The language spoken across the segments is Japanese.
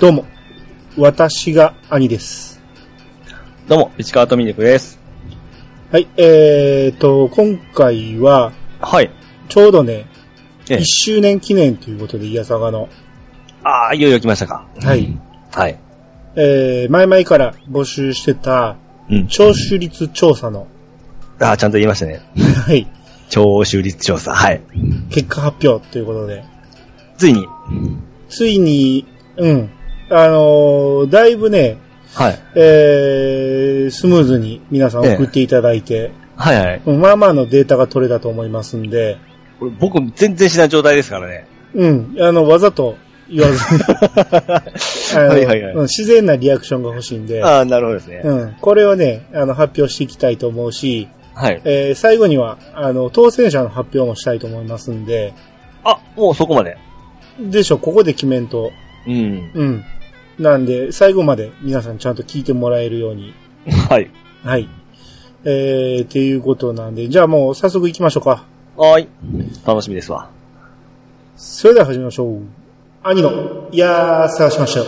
どうも、私が兄です。どうも、市川とみにくです。はい、えーと、今回は、はい。ちょうどね、ええ1周年記念ということで、イヤサガの。ああ、いよいよ来ましたか。はい。はい。えー、前々から募集してた、うん。聴取率調査の、ああ、ちゃんと言いましたね。はい、聴取率調査。はい。結果発表ということで、ついに。ついに、うん、あのーだいぶね、はい。えー、スムーズに皆さん送っていただいて、はいはい。うんまあまあのデータが取れたと思いますんで、これ僕、全然知らない状態ですから ね。うん、あの、わざと言わずに、あのはいはいはいうん自然なリアクションが欲しいんで、ああ、なるほどですね。うん、これをね、あの、発表していきたいと思うし、はい。えー最後には、あの、当選者の発表もしたいと思いますんで、あ、もうそこまで。でしょ、ここで決めんと、うん。うん。なんで、最後まで皆さんちゃんと聞いてもらえるように、はい。はい。えー、っていうことなんで、じゃあもう早速行きましょうか。はーい。楽しみですわ。それでは始めましょう。兄の、いやー、探しましたよ。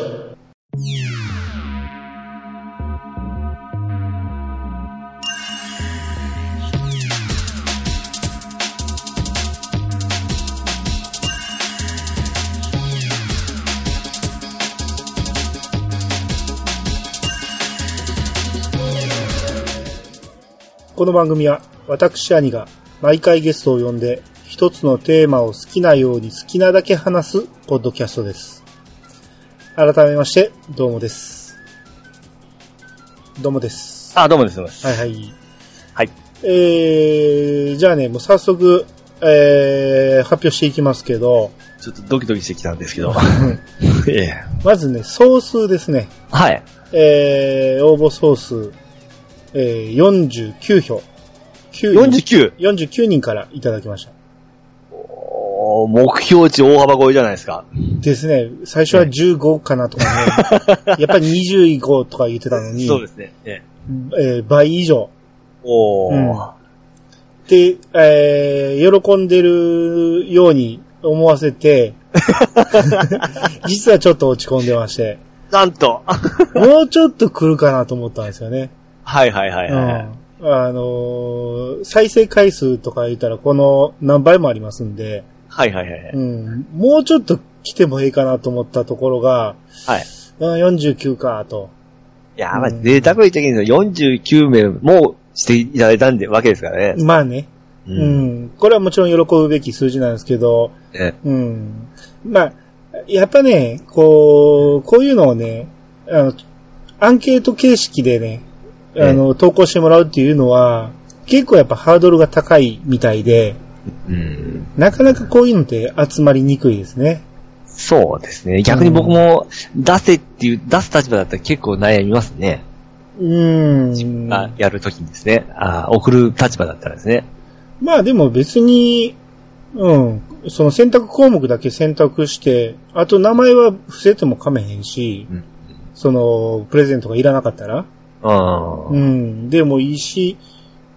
この番組は私兄が毎回ゲストを呼んで一つのテーマを好きなように好きなだけ話すポッドキャストです。改めまして、どうもです。どうもです。ああ、どうもです。どうもですはいはい。はい。えー、じゃあね、もう早速、えー、発表していきますけど、ちょっとドキドキしてきたんですけ ど。ええ。まずね、総数ですね。はい。えー、応募総数、えー、49票。9人 49! 49人からいただきました。おー目標値大幅超えじゃないですか。ですね。最初は15かなと かね。やっぱり25とか言ってたのに、そうですね。ええ。えー倍以上。おー。うんで、えー喜んでるように思わせ て、実はちょっと落ち込んでまして、なんともうちょっと来るかなと思ったんですよね。はいはいはういんはい。あのー再生回数とか言ったらこの何倍もありますんで、はいはいはいはうい。ん、もうちょっと来てもいいかなと思ったところが、はい。うん49かと。いやー、まあ、贅沢に言ったけど、49名もしていただいたんで、わけですからね。まあね。うう。ん。これはもちろん喜ぶべき数字なんですけど、えうん。まあ、やっぱね、こう、こういうのをね、あの、アンケート形式でね、あの、投稿してもらうっていうのは、結構やっぱハードルが高いみたいで、うん。なかなかこういうのって集まりにくいですね。そうですね。逆に僕も、出せっていう、出す立場だったら結構悩みますね。うん。あやるときにですね。あー送る立場だったらですね。まあでも別に、うん、その選択項目だけ選択して、あと名前は伏せてもかめへんし、うんその、プレゼントがいらなかったら、うん。ううんん、でもいいし、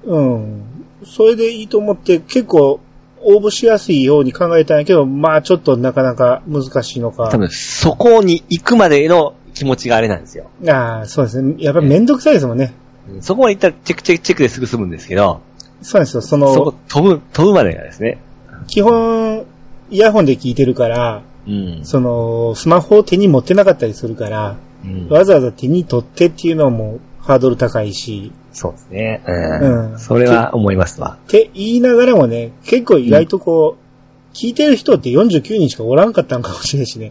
うん、それでいいと思って結構応募しやすいように考えたんやけど、まあちょっとなかなか難しいのか多。分、そこに行くまでの気持ちがあれなんですよ。ああ、そうですね。やっぱめんどくさいですもんね。うんそこまで行ったら、チェックチェックチェックですぐ済むんですけど、そうなんですよ。そそこの、飛ぶ、飛ぶまでがですね。基本、イヤホンで聞いてるから、うん。その、スマホを手に持ってなかったりするから、うんわざわざ手に取ってっていうのもハードル高いし、そうですね。うん。うんそれは思いますわ。って言いながらもね、結構意外とこう、聞いてる人って49人しかおらんかったんかもしれんしね。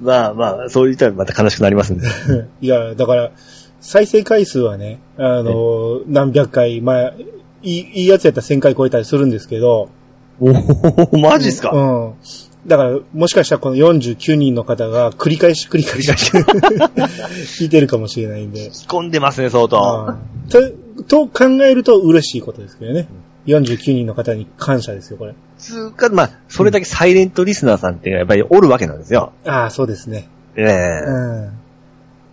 まあまあ、そう言ったらまた悲しくなりますんで。いや、だから、再生回数はね、あの、何百回、まあ、いい、いいやつやったら1000回超えたりするんですけど、 おお、マジっすか、うん。だから、もしかしたらこの49人の方が繰り返し繰り返し聞いてるかもしれないんで。着込んでますね、相当。と、と考えると嬉しいことですけどね。49人の方に感謝ですよ、これ。つうか、まあ、それだけサイレントリスナーさんっていうのはやっぱりおるわけなんですよ。ああ、そうですね。ええうん。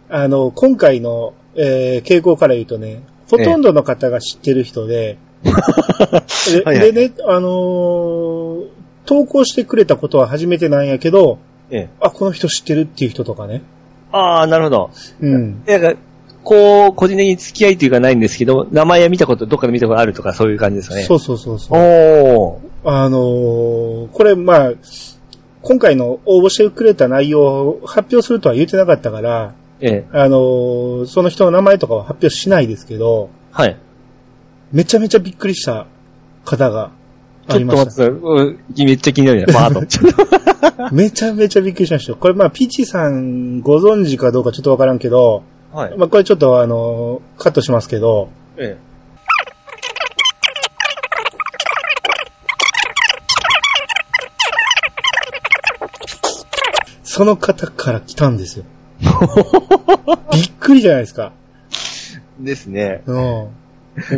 あの、今回の、えー傾向から言うとね、ほとんどの方が知ってる人で、 はいはでいでね、あのー投稿してくれたことは初めてなんやけど、ええ。あ、この人知ってるっていう人とかね。ああ、なるほど。うん。なんか、こう、個人的に付き合いというかないんですけど、名前は見たこと、どっかで見たことあるとか、そういう感じですかね。そうそうそうそう。おー。あのーこれまあ、今回の応募してくれた内容を発表するとは言ってなかったから、ええ。あのーその人の名前とかは発表しないですけど、はい。めちゃめちゃびっくりした方があちょりっまとし待た。ってうんめっちゃ気になる じゃん。バーッと。めちゃめちゃびっくりしましたよ。これまあ、ピチさんご存知かどうかちょっとわからんけど、はい。まあこれちょっとあの、カットしますけど、えその方から来たんです よ。びっくりじゃないですか。え。ですね。うん。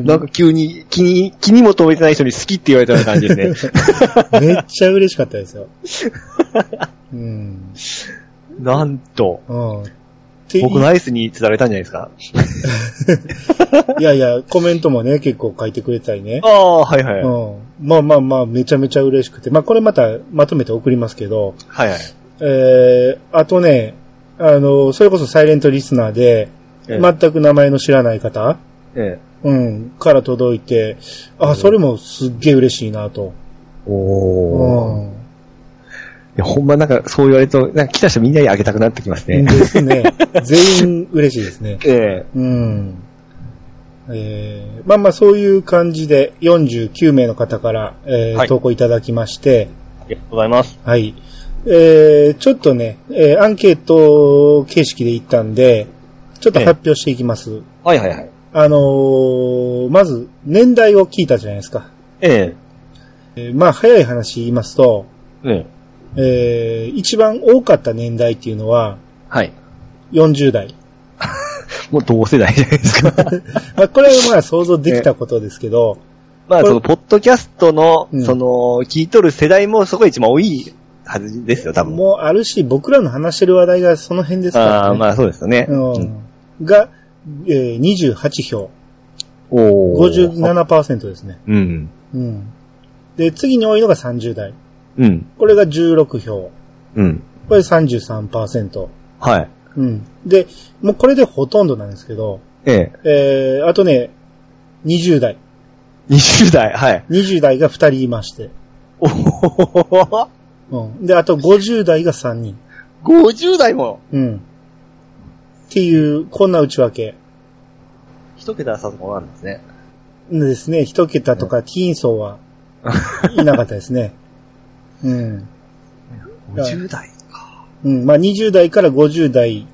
なんか急に、気に、気にも留めてない人に好きって言われたような感じ ですね。めっちゃ嬉しかった ですよ。うん。なんと、うん。って僕のアイスに釣られたんじゃないですかいやいや、コメントもね、結構書いてくれたりねあ。あ、はいはい。うはいん。まあまあまあ、めちゃめちゃ嬉しくて。まあこれまたまとめて送りますけど、はい。えー、あとね、あの、それこそサイレントリスナーで、ええ全く名前の知らない方、ええ。うん、から届いて、うあ、んそれもすっげえ嬉しいなと。おうー。いん。や、ほんまなんかそう言われると、なんか来た人みんなにあげたくなってきますねで。す ね。全員嬉しいですね。ええ。うん。えー、まあまあそういう感じで49名の方から、えーはい投稿いただきまして、ありがとうございます。はい。えー、ちょっとね、えーアンケート形式でいったんで、ちょっとええ発表していきます。はいはいはい。あのーまず、年代を聞いたじゃないですか。ええ。えーまあ、早い話言いますと、ええ。えー一番多かった年代っていうのは、はい。 40代。もう同世代じゃないですか。まあ、これはまあ、想像できたことですけど、 まあ、これその、ポッドキャストのうん、その、聞いとる世代もそこが一番多いはずですよ、多分。もうあるし、僕らの話してる話題がその辺ですからね。ああ、まあそうですよね。ううんんが、えー28票。おー。 57%ですね。うん。うん。で、次に多いのが30代。うん。これが16票。うん。これ33%。はい。うん。で、もうこれでほとんどなんですけど、ええ。えー、あとね、20代。 20代、 はい。 20代が2人いまして。おー。うん。で、あと50代が3人。 50代も、うん。っていう、こんな内訳。一桁さとこなんですね。ですね、一桁とかティーン層はいなかったですね。うん。 50代か。うん。まあ、20代から50代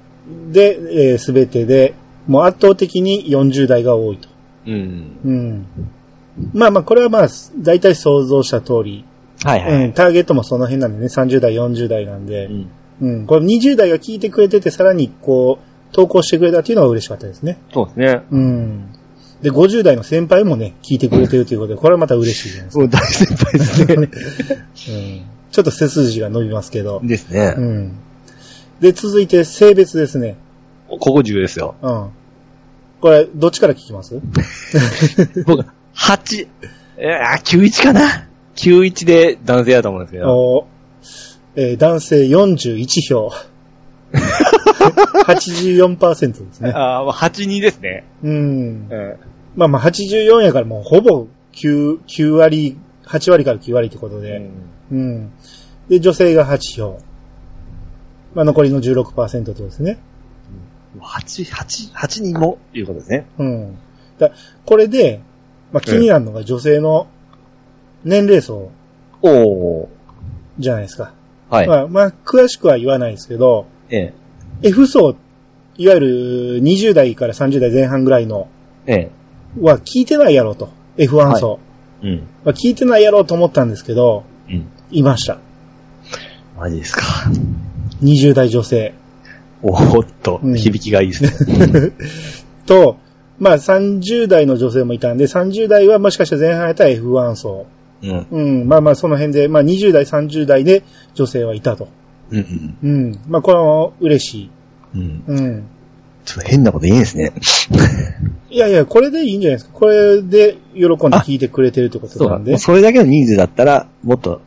で、えすべてで、もう圧倒的に40代が多いと。うん。うん。まあまあ、これはまあ、大体想像した通り。はいうはん。い。ターゲットもその辺なんでね、30代、40代なんで。うんうん。これ20代が聞いてくれてて、さらにこう、投稿してくれたっていうのは嬉しかったですね。そうですね。うん。で、50代の先輩もね、聞いてくれてるということで、これはまた嬉しいじゃないですかもう大先輩ですね。うんちょっと背筋が伸びますけど。ですねう。ん。で、続いて性別ですね。ここ重要ですよ。うん。これ、どっちから聞きます僕、8、えー、91かな ?91 で男性だと思うんですけど。おえー男性41票。84%ですね。ああ、まあ82ですね。うん。うん。まあまあ84やからもうほぼ9、9割、8割から9割ってことで。うん。で、女性が8票。まあ残りの16%ってことですね。 8、8、8人も、いうことですね。うん。だこれで、まあ、気になるのが女性の年齢層おー。じゃないですか。はい。まあ、まあ、詳しくは言わないですけど、ええ。 F 層、いわゆる20代から30代前半ぐらいのええ。は聞いてないやろうと。F1 層。うん。は聞いてないやろうと思ったんですけど、うん。いました。マジですか。 20代女性おーっと、うん響きがいいです ね。と、まあ30代の女性もいたんで、30代はもしかしたら前半やったら F1 層。うん。うん、まあまあその辺で、まあ20代、30代で女性はいたと。うん。うん。まあ、これも嬉しい。うん。うん。ちょっと変なこと言えんですね。いやいや、これでいいんじゃないですか。これで喜んで聞いてくれてるってことそうなだんで。ね。それだけの人数だったら、もっと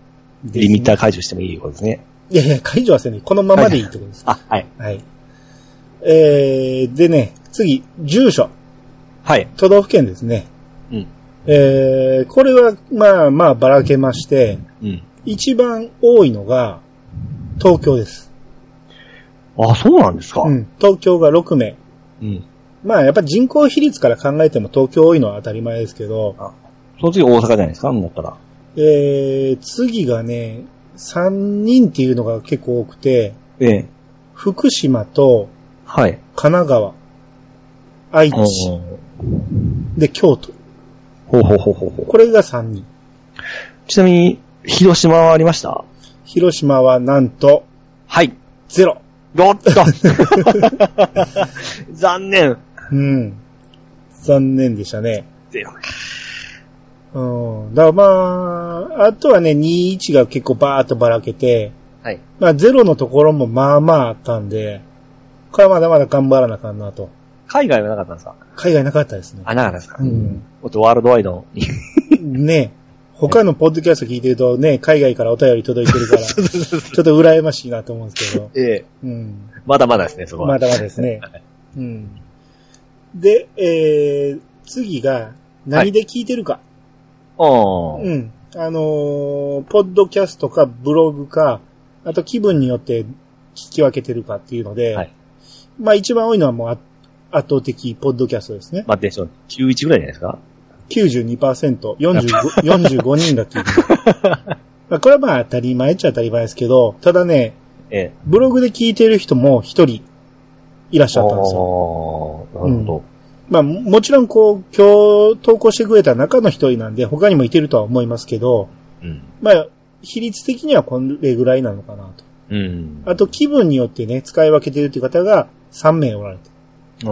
ですねリミッター解除してもいいことですね。いやいや、解除はせんね。このままでいいってことです。あ、はい。はい。えー、でね、次、住所。はい。都道府県ですね。うん。えー、これは、まあまあばらけまして、うん。一番多いのが、東京です。あ、そうなんですかう。ん。東京が6名。うん。まあやっぱ人口比率から考えても東京多いのは当たり前ですけど、その次大阪じゃないですかだったら。えー、次がね、3人っていうのが結構多くて、ええ。福島とはい。神奈川、愛ほう知、で京都。ほうほうほうほうほう。これが3人。ちなみに、広島はありました広島はなんとはい。 0。おっと 残念。うん。残念でしたね。ゼロうん。だからまあ、あとはね、21が結構バーっとばらけて、 はい。まあ0のところもまあまああったんで、これはまだまだ頑張らなあかんなと。海外はなかったんですか海外なかったですね。あ、なかったですかう。ん。もっとワールドワイドに。ね他のポッドキャスト聞いてるとね、海外からお便り届いてる から、ちょっと羨ましいなと思うんですけど。ええ。うん。まだまだですね、そこは。まだまだですね。うん。で、えー、次が、何で聞いてるか。おーうん。あのーポッドキャストかブログか、あと気分によって聞き分けてるかっていうので、はいまあ一番多いのはもうあ圧倒的ポッドキャストですね。待って、ちょっと、91ぐらいじゃないですか92%、45 45人が聞いてる。まあこれはまあ当たり前っちゃ当たり前ですけど、ただね、ええ。ブログで聞いてる人も一人いらっしゃったんですよ。おーなるほまあももちろんこう、今日投稿してくれた中の一人なんで他にもいてるとは思いますけど、ど。うん。まあ、比率的にはこれぐらいなのかなと。うん。あと気分によってね、使い分けてるっていう方が3名おられてあー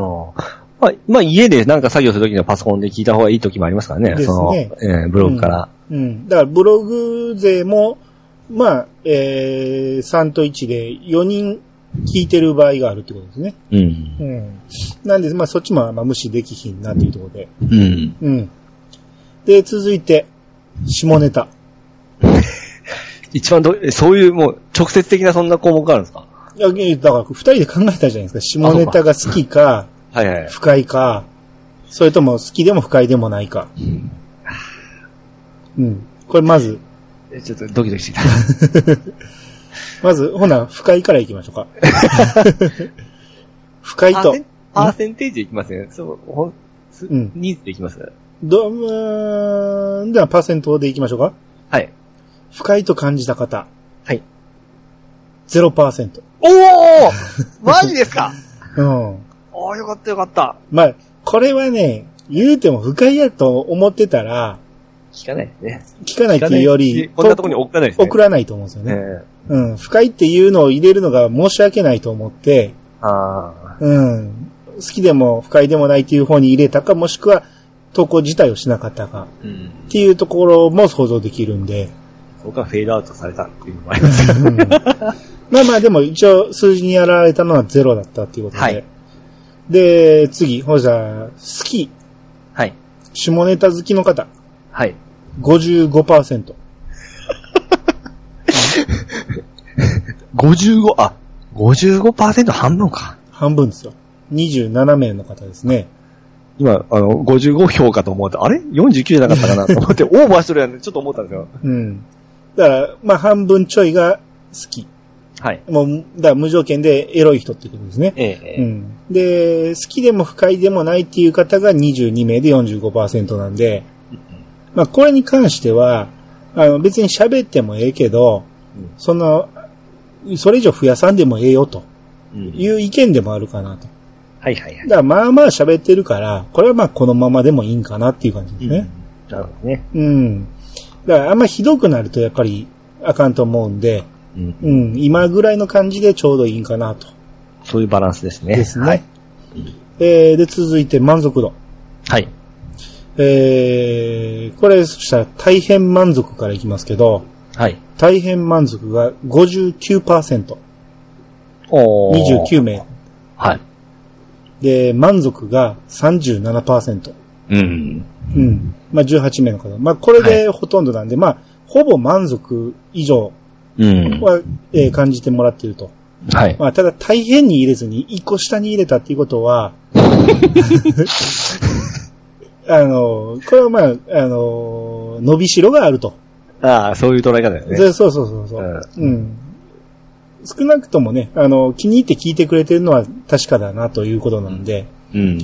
まあ、まあ、家でなんか作業するときにはパソコンで聞いた方がいいときもありますからね。ですねその、ええブログから。うん。だからブログ勢も、まあ、えー、3と1で4人聞いてる場合があるってことですね。うんう。ん。なんで、まあそっちもまあ無視できひんなっていうところで。うん。うん。で、続いて、下ネタ。一番ど、そういうもう直接的なそんな項目があるんですかいや、えだから2人で考えたじゃないですか。下ネタが好きか、はいはい。不快か、それとも好きでも不快でもないか。うん。これまず、えちょっとドキドキしてきた。まず、ほな、不快から行きましょう か。不快と、パーセンテージでいきますね。そう、ほん、すうんニーズでいきます。ど、うーん、ではパーセントで行きましょうか。はい。不快と感じた方。はい。 0%。おお マジですかうん。おおよかったよかった。まあ、これはね、言うても不快やと思ってたら、聞かないですね。聞かないっていうより、こんなとこに送らないですね。送らないと思うんですよね。ね。うん。不快っていうのを入れるのが申し訳ないと思って、ああ。うん。好きでも不快でもないっていう方に入れたか、もしくは投稿自体をしなかったか。うん。っていうところも想像できるんで。僕はフェードアウトされたっていうのもあります。うんまあまあでも一応数字にやられたのはゼロだったっていうことで。はいで、次、ほいじゃあ好き、 はい。下ネタ好きの方、はい。 55%。 55、あ、55%半分か。半分ですよ。27名の方ですね。今、あの、55票かと思うと、あれ ?49 じゃなかったかなと思 って、オーバーしてるやん、ちょっと思ったんですよ。うん。だから、まあ半分ちょいが好き。はい。もう、だから無条件でエロい人っていうことですね。えうえ。ん。で、好きでも不快でもないっていう方が22名で45%なんで、まあこれに関しては、あの別に喋ってもええけど、うんその、それ以上増やさんでもええよとうんいう意見でもあるかなと。はいはいはだからまあまあ喋ってるから、これはまあこのままでもいいんかなっていう感じでい。すね。うん。なるほどね。うん。だからあんまひどくなるとやっぱりあかんと思うんで、うんうん、今ぐらいの感じでちょうどいいんかなと。そういうバランスですね。ですね。はい。えーで、続いて満足度。はい。えー、これ、そしたら大変満足からいきますけど、はい。大変満足が59%、おー29名。はい。で、満足が37%。うん。うん。まあ、18名の方。まあ、これでほとんどなんで、まあ、ほぼ満足以上うん。は、えー感じてもらっていると。はい。まあ、ただ大変に入れずに、一個下に入れたっていうこと は、あの、これはまあ、あの、伸びしろがあると。ああ、そういう捉え方だよね。でそうそうそうそう、ううん。少なくともね、あの、気に入って聞いてくれてるのは確かだなということなんで、うん。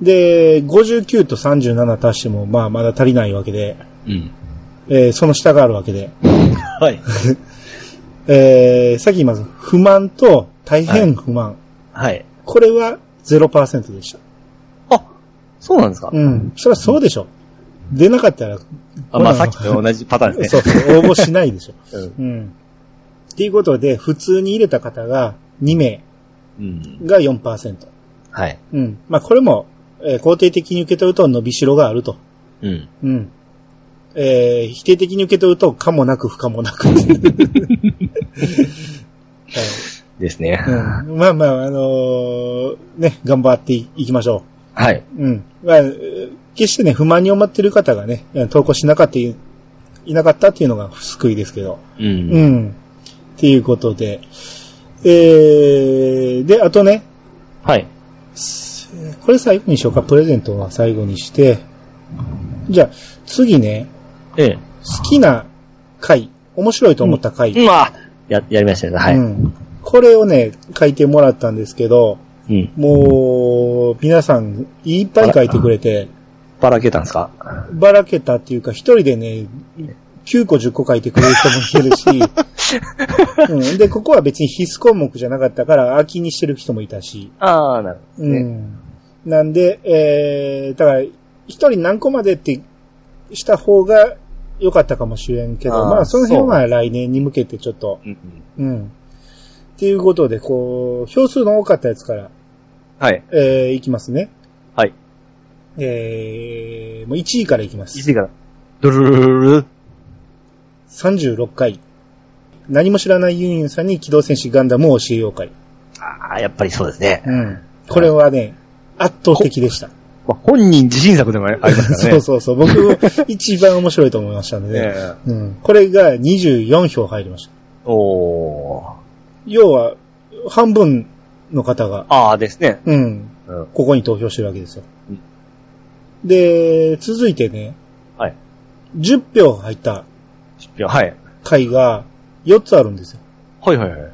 で、59と37足しても、まあ、まだ足りないわけで、うん。えーその下があるわけで、はい。えーさっき言います、不満と大変不満。はい。これは0%でした。あ、そうなんですかうん。そりゃそうでしょ。出なかったら、あ、まあさっきと同じパターンですそねう。そう、 応募しないでしょ。うんうん。っていうことで、普通に入れた方が2名うん。が4%。はい。うん。まあ、これも、えー肯定的に受け取ると伸びしろがあると。うん。うん。えー否定的に受け取ると、可もなく不可もなく。はいですね。うん、 まあまあ、あのーね、頑張っていきましょはい。う。うん。まあ、えー決してね、不満に思ってる方がね、投稿しなかったい、いなかったっていうのが救いですけど。う。うんん。っていうことで。えー、で、あとね、はい。これ最後にしようか。プレゼントは最後にして。じゃあ、次ね、ええ。好きな回、面白いと思った回。うん、あ、や、やりましたね。はうい。んこれをね、書いてもらったんですけど、うん。もう、皆さん、いっぱい書いてくれて、ばらけたんですかばらけたっていうか、一人でね、9個10個書いてくれる人もい るし、うん、で、ここは別に必須項目じゃなかったから、空きにしてる人もいたし、ああ、なるほどうね。ん。なんで、えー、だから、一人何個までってした方が良かったかもしれんけど、あーまあ、その辺そは来年に向けてちょっと、うん。うん。っていうことで、こう、票数の多かったやつから、はい。えー、いきますね。はい。えー、もう1位からいきまいす。つから。ドゥルルルルル。 36回。何も知らないユンユンさんに機動戦士ガンダムを教えよう会。ああ、やっぱりそうですね。うん。これはね、圧倒的でした。まあ、本人自信作でもありますからね。そうそうそう。僕も一番面白いと思いましたんでね。ねえ。うん。これが24票入りました。おー。要は、半分の方が、ああ、ですね。うん、うん。ここに投票してるわけですようん。で、続いてね、はい。 10票入ったいやはい。回が4つあるんですよ。はいはいはい。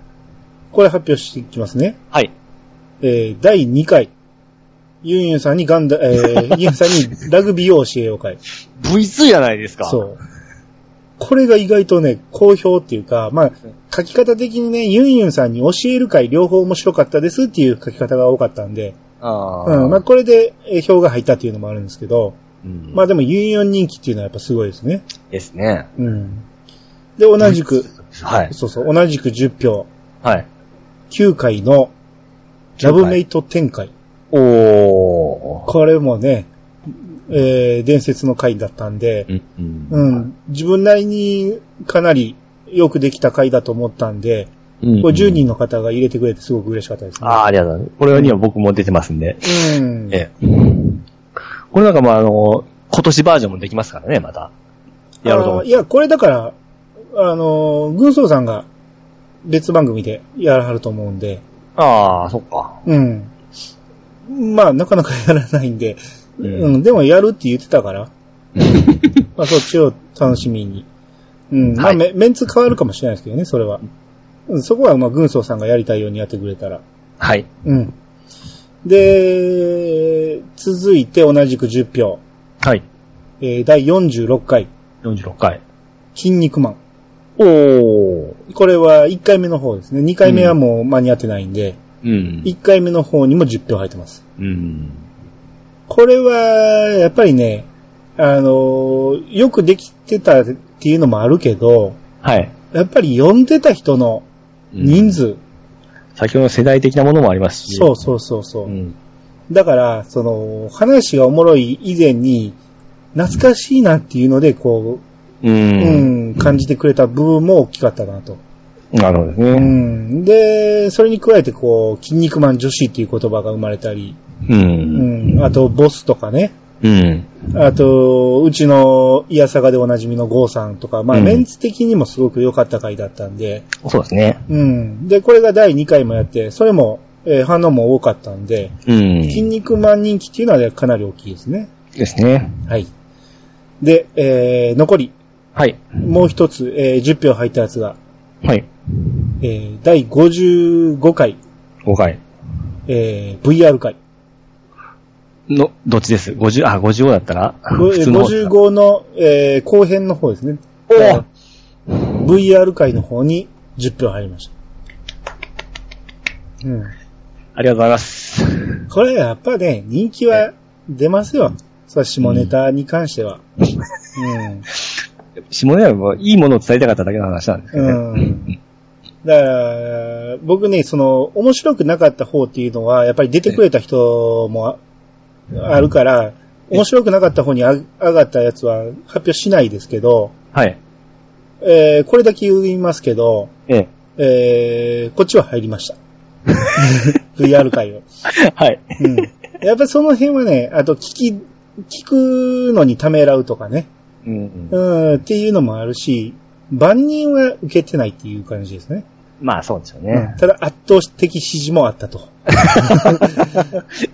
これ発表していきますね。はい。えー、第2回。ユンユンさんにガンダ、え ー、ユンユンさんにラグビーを教えよう会。 V2 じゃないですか。。そうう。これが意外とね、好評っていうか、まあ、書き方的にね、ユンユンさんに教える会両方面白かったですっていう書き方が多かったんで、ああ。うん、まあこれでえー票が入ったっていうのもあるんですけど、うんまあでもユンユン人気っていうのはやっぱすごいですね。ですね。うん。で、同じく、はい。そうそう、同じく10票、はい。 9回のラブメイト展開。おー。これもね、えー、伝説の回だったんで、ん。うんうん、自分なりにかなりよくできた回だと思ったんで、うんこれ10人の方が入れてくれてすごく嬉しかったですね。ああ、ありがとうございます。これには僕も出てますんで。うん。ええ。これなんかまああの、今年バージョンもできますからね、また。やろうと思あっーいてや、これだから、あのー、軍曹さんが別番組でやらはると思うんで、ああ、そっか。うん。まあ、なかなかやらないんで、ううん、でもやるって言ってた から、まあ、そっちを楽しみに。うん、まあ、はいメメンツ変わるかもしれないですけどね、それは。うん、そこは、まあ、軍曹さんがやりたいようにやってくれたら。はい。うん。で、続いて同じく10票。はい。えー第46回、 46回。筋肉マン。おー。これは1回目の方ですね。2回目はもう間に合ってないんで、うん。 1回目の方にも10票入ってます。うん。これは、やっぱりね、あのーよくできてたっていうのもあるけど、はい。やっぱり呼んでた人の人数、先ほどの世代的なものもありますし。そうそうそうそうう。ん。だから、その、話がおもろい以前に、懐かしいなっていうので、こうう、うん。ん、感じてくれた部分も大きかったなと。なるほどですうね。ん。で、それに加えて、こう、筋肉マン女子っていう言葉が生まれたり、う。うんん。あと、ボスとかね。うん。あと、うちのイヤサガでおなじみのゴーさんとか、まあ、うんメンツ的にもすごく良かった回だったんで、そうですね。うん。で、これが第2回もやって、それも、えー反応も多かったんで、うん。筋肉マン人気っていうのはかなり大きいですね。ですね。はい。で、えー残り、はい。もう一つ、えー10票入ったやつが、はい。えー第55回、 5回。えー VR 回。の、どっちです ?50、あ、55だったらご普通の方ですか。 55の、えー後編の方ですね。おーえー VR 回の方に10票入りました。うん。ありがとうございます。これやっぱね、人気は出ますよ。それ下ネタに関しては。うん。下根はもういいものを伝えたかっただけの話なんですけどね。うん。だから、僕ね、その、面白くなかった方っていうのは、やっぱり出てくれた人もああるから、面白くなかった方にあ上がったやつは発表しないですけど、はい。えーこれだけ言いますけど、ええ。えーこっちは入りま した。VR 界を。はい。うん。やっぱりその辺はね、あと聞き、聞くのにためらうとかね、うん。うん、っていうのもあるし、万人は受けてないっていう感じですね。まあそうでしょうね。ただ圧倒的支持もあったと。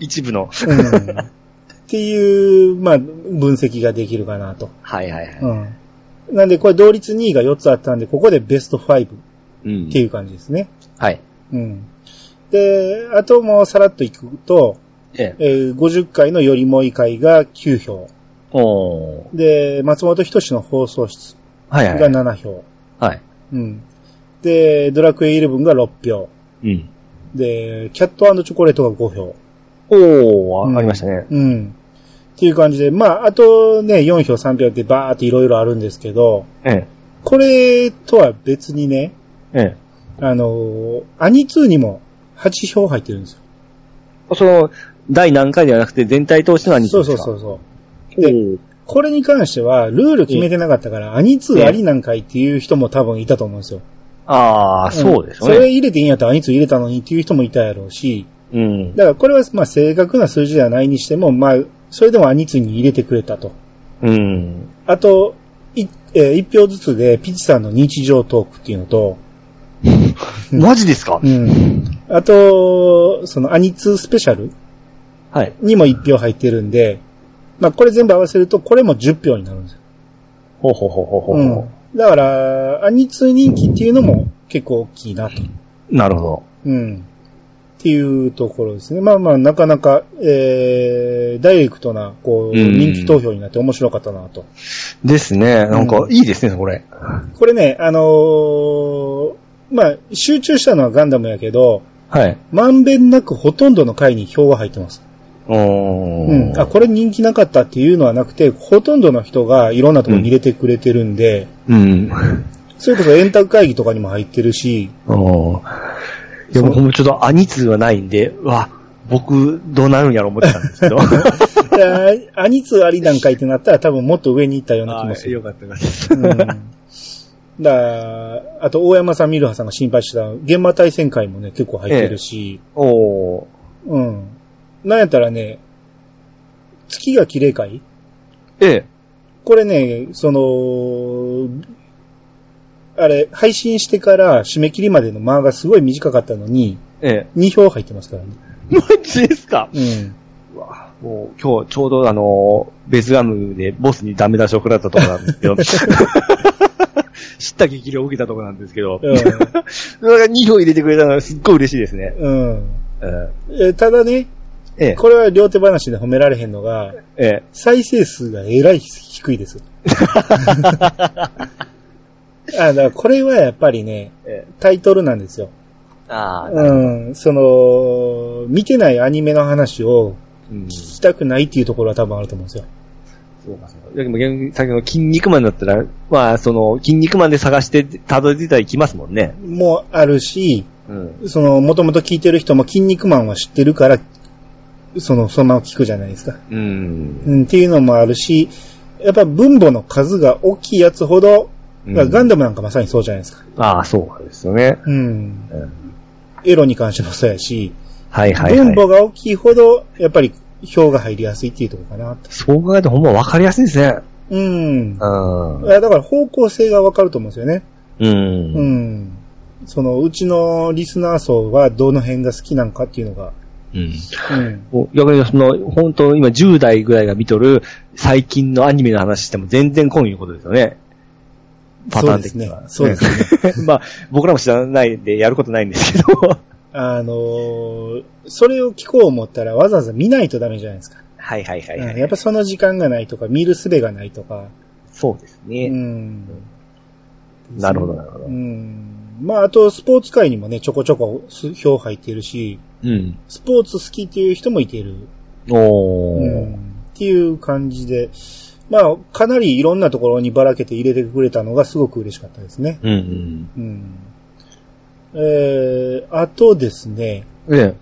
一部の。うんっていう、まあ、分析ができるかなと。はいはいはうんなんで、これ同率2位が4つあったんで、ここでベスト5っい。うんていう感じですね。はい。うん。で、あともうさらっといくと、ええ。えー50回のよりもいい回が9票。おー。で、松本人志の放送室はいがは7い。票。はい。うん。で、ドラクエイレブンが6票。うん。で、キャットチョコレートが5票。おー、うんわかりましたね。うん。っていう感じで、まあ、あとね、4票、3票ってバーっていろいろあるんですけど、ええ。これとは別にね、ええ。あのーアニ2にも8票入ってるんですよ。その、第何回ではなくて全体通しての何。そうそうそううそう。おーこれに関しては、ルール決めてなかったから、アニ2ありなんかいっていう人も多分いたと思うんですよ。ああ、そうですんそよれね。入れていいんやったらアニ2入れたのにっていう人もいたやろうし、うん。だからこれはまあ正確な数字ではないにしても、まあ、それでもアニ2に入れてくれたと。うん。あと、いえー一票ずつで、ピチさんの日常トークっていうのと、マジですかうん。あと、その、アニツースペシャルはい。にも1票入ってるんで、まあ、これ全部合わせると、これも10票になるんですよ。ほうほうほうほうほううほん。だから、アニツー人気っていうのも結構大きいなと。う。なるほど。うん。っていうところですね。まあまあ、なかなか、えー、ダイレクトな、こう、うん人気投票になって面白かったなと。ですね。なんかう、んいいですね、これ。これね、あのーまあ、集中したのはガンダムやけど、はい。まんべんなくほとんどの回に票が入ってます。うーうん。あ、これ人気なかったっていうのはなくて、ほとんどの人がいろんなところに入れてくれてるんで、うん。それこそ円卓会議とかにも入ってる し、おーいや、もうほんまちょっと、アニツーはないんで、うわ、僕、どうなるんやろ思ってたんですけ ど。あアニツあり段階ってなったら多分もっと上に行ったような気もあすーる。よかったです。うん。だからあと大山さん、ミルハさんが心配してた、現場対戦会もね、結構入ってるし、おーうん。なんやったらね、月が綺麗会ええ。これね、その、あれ、配信してから締め切りまでの間がすごい短かったのに、ええ。 2票入ってますからね。マジですかうん。うわもう今日ちょうどあの、ベスガムでボスにダメ出しを食らったとこなんですけど、 知った激励を受けたとこなんですけど、2票入れてくれたのがすっごい嬉しいですね。うん。うんうんえただね、ええ、これは両手話で褒められへんのが、ええ、再生数がえらい低いです。あだからこれはやっぱりねええ、タイトルなんですよ。ああ、うん。その、見てないアニメの話をうん、聞そきたくないっていうところは多分あると思うんですよ。うかそうか。でも逆に先ほどの筋肉マンだったら、まあその、筋肉マンで探して辿り着いたら行きますもんね。もあるし、うん。その、もともと聞いてる人も筋肉マンは知ってるから、その、そのまま聞くじゃないですか。うん。うん、っていうのもあるし、やっぱ分母の数が大きいやつほど、うんガンダムなんかまさにそうじゃないですか。ああ、そうなんですよね。うん。うんエロに関してもそうやし、はいはいは分い。母が大きいほど、やっぱり票が入りやすいっていうところかなと。そう考えてほんま分かりやすいですね。うん。うんい。やだから方向性がわかると思うんですよね。う。うんん。その、うちのリスナー層はどの辺が好きなのかっていうのが。うん。うん。もう逆にその、本当今10代ぐらいが見とる最近のアニメの話しても全然来んいうことですよね。パターン的には。そうですね。そうですね。ね まあ、僕らも知らないんでやることないんですけど。あのーそれを聞こう思ったらわざわざ見ないとダメじゃないですか。はいはいはい、うはんいやっぱその時間がないとか、見る術がないとか。そうですうね。ん。なるほどなるほどう。ん。まあ、あと、スポーツ界にもね、ちょこちょこす票入ってるし、うん。スポーツ好きっていう人もいている。おうー。ん。っていう感じで、まあ、かなりいろんなところにばらけて入れてくれたのがすごく嬉しかったですね。うん。うんうん。えー、あとですね、え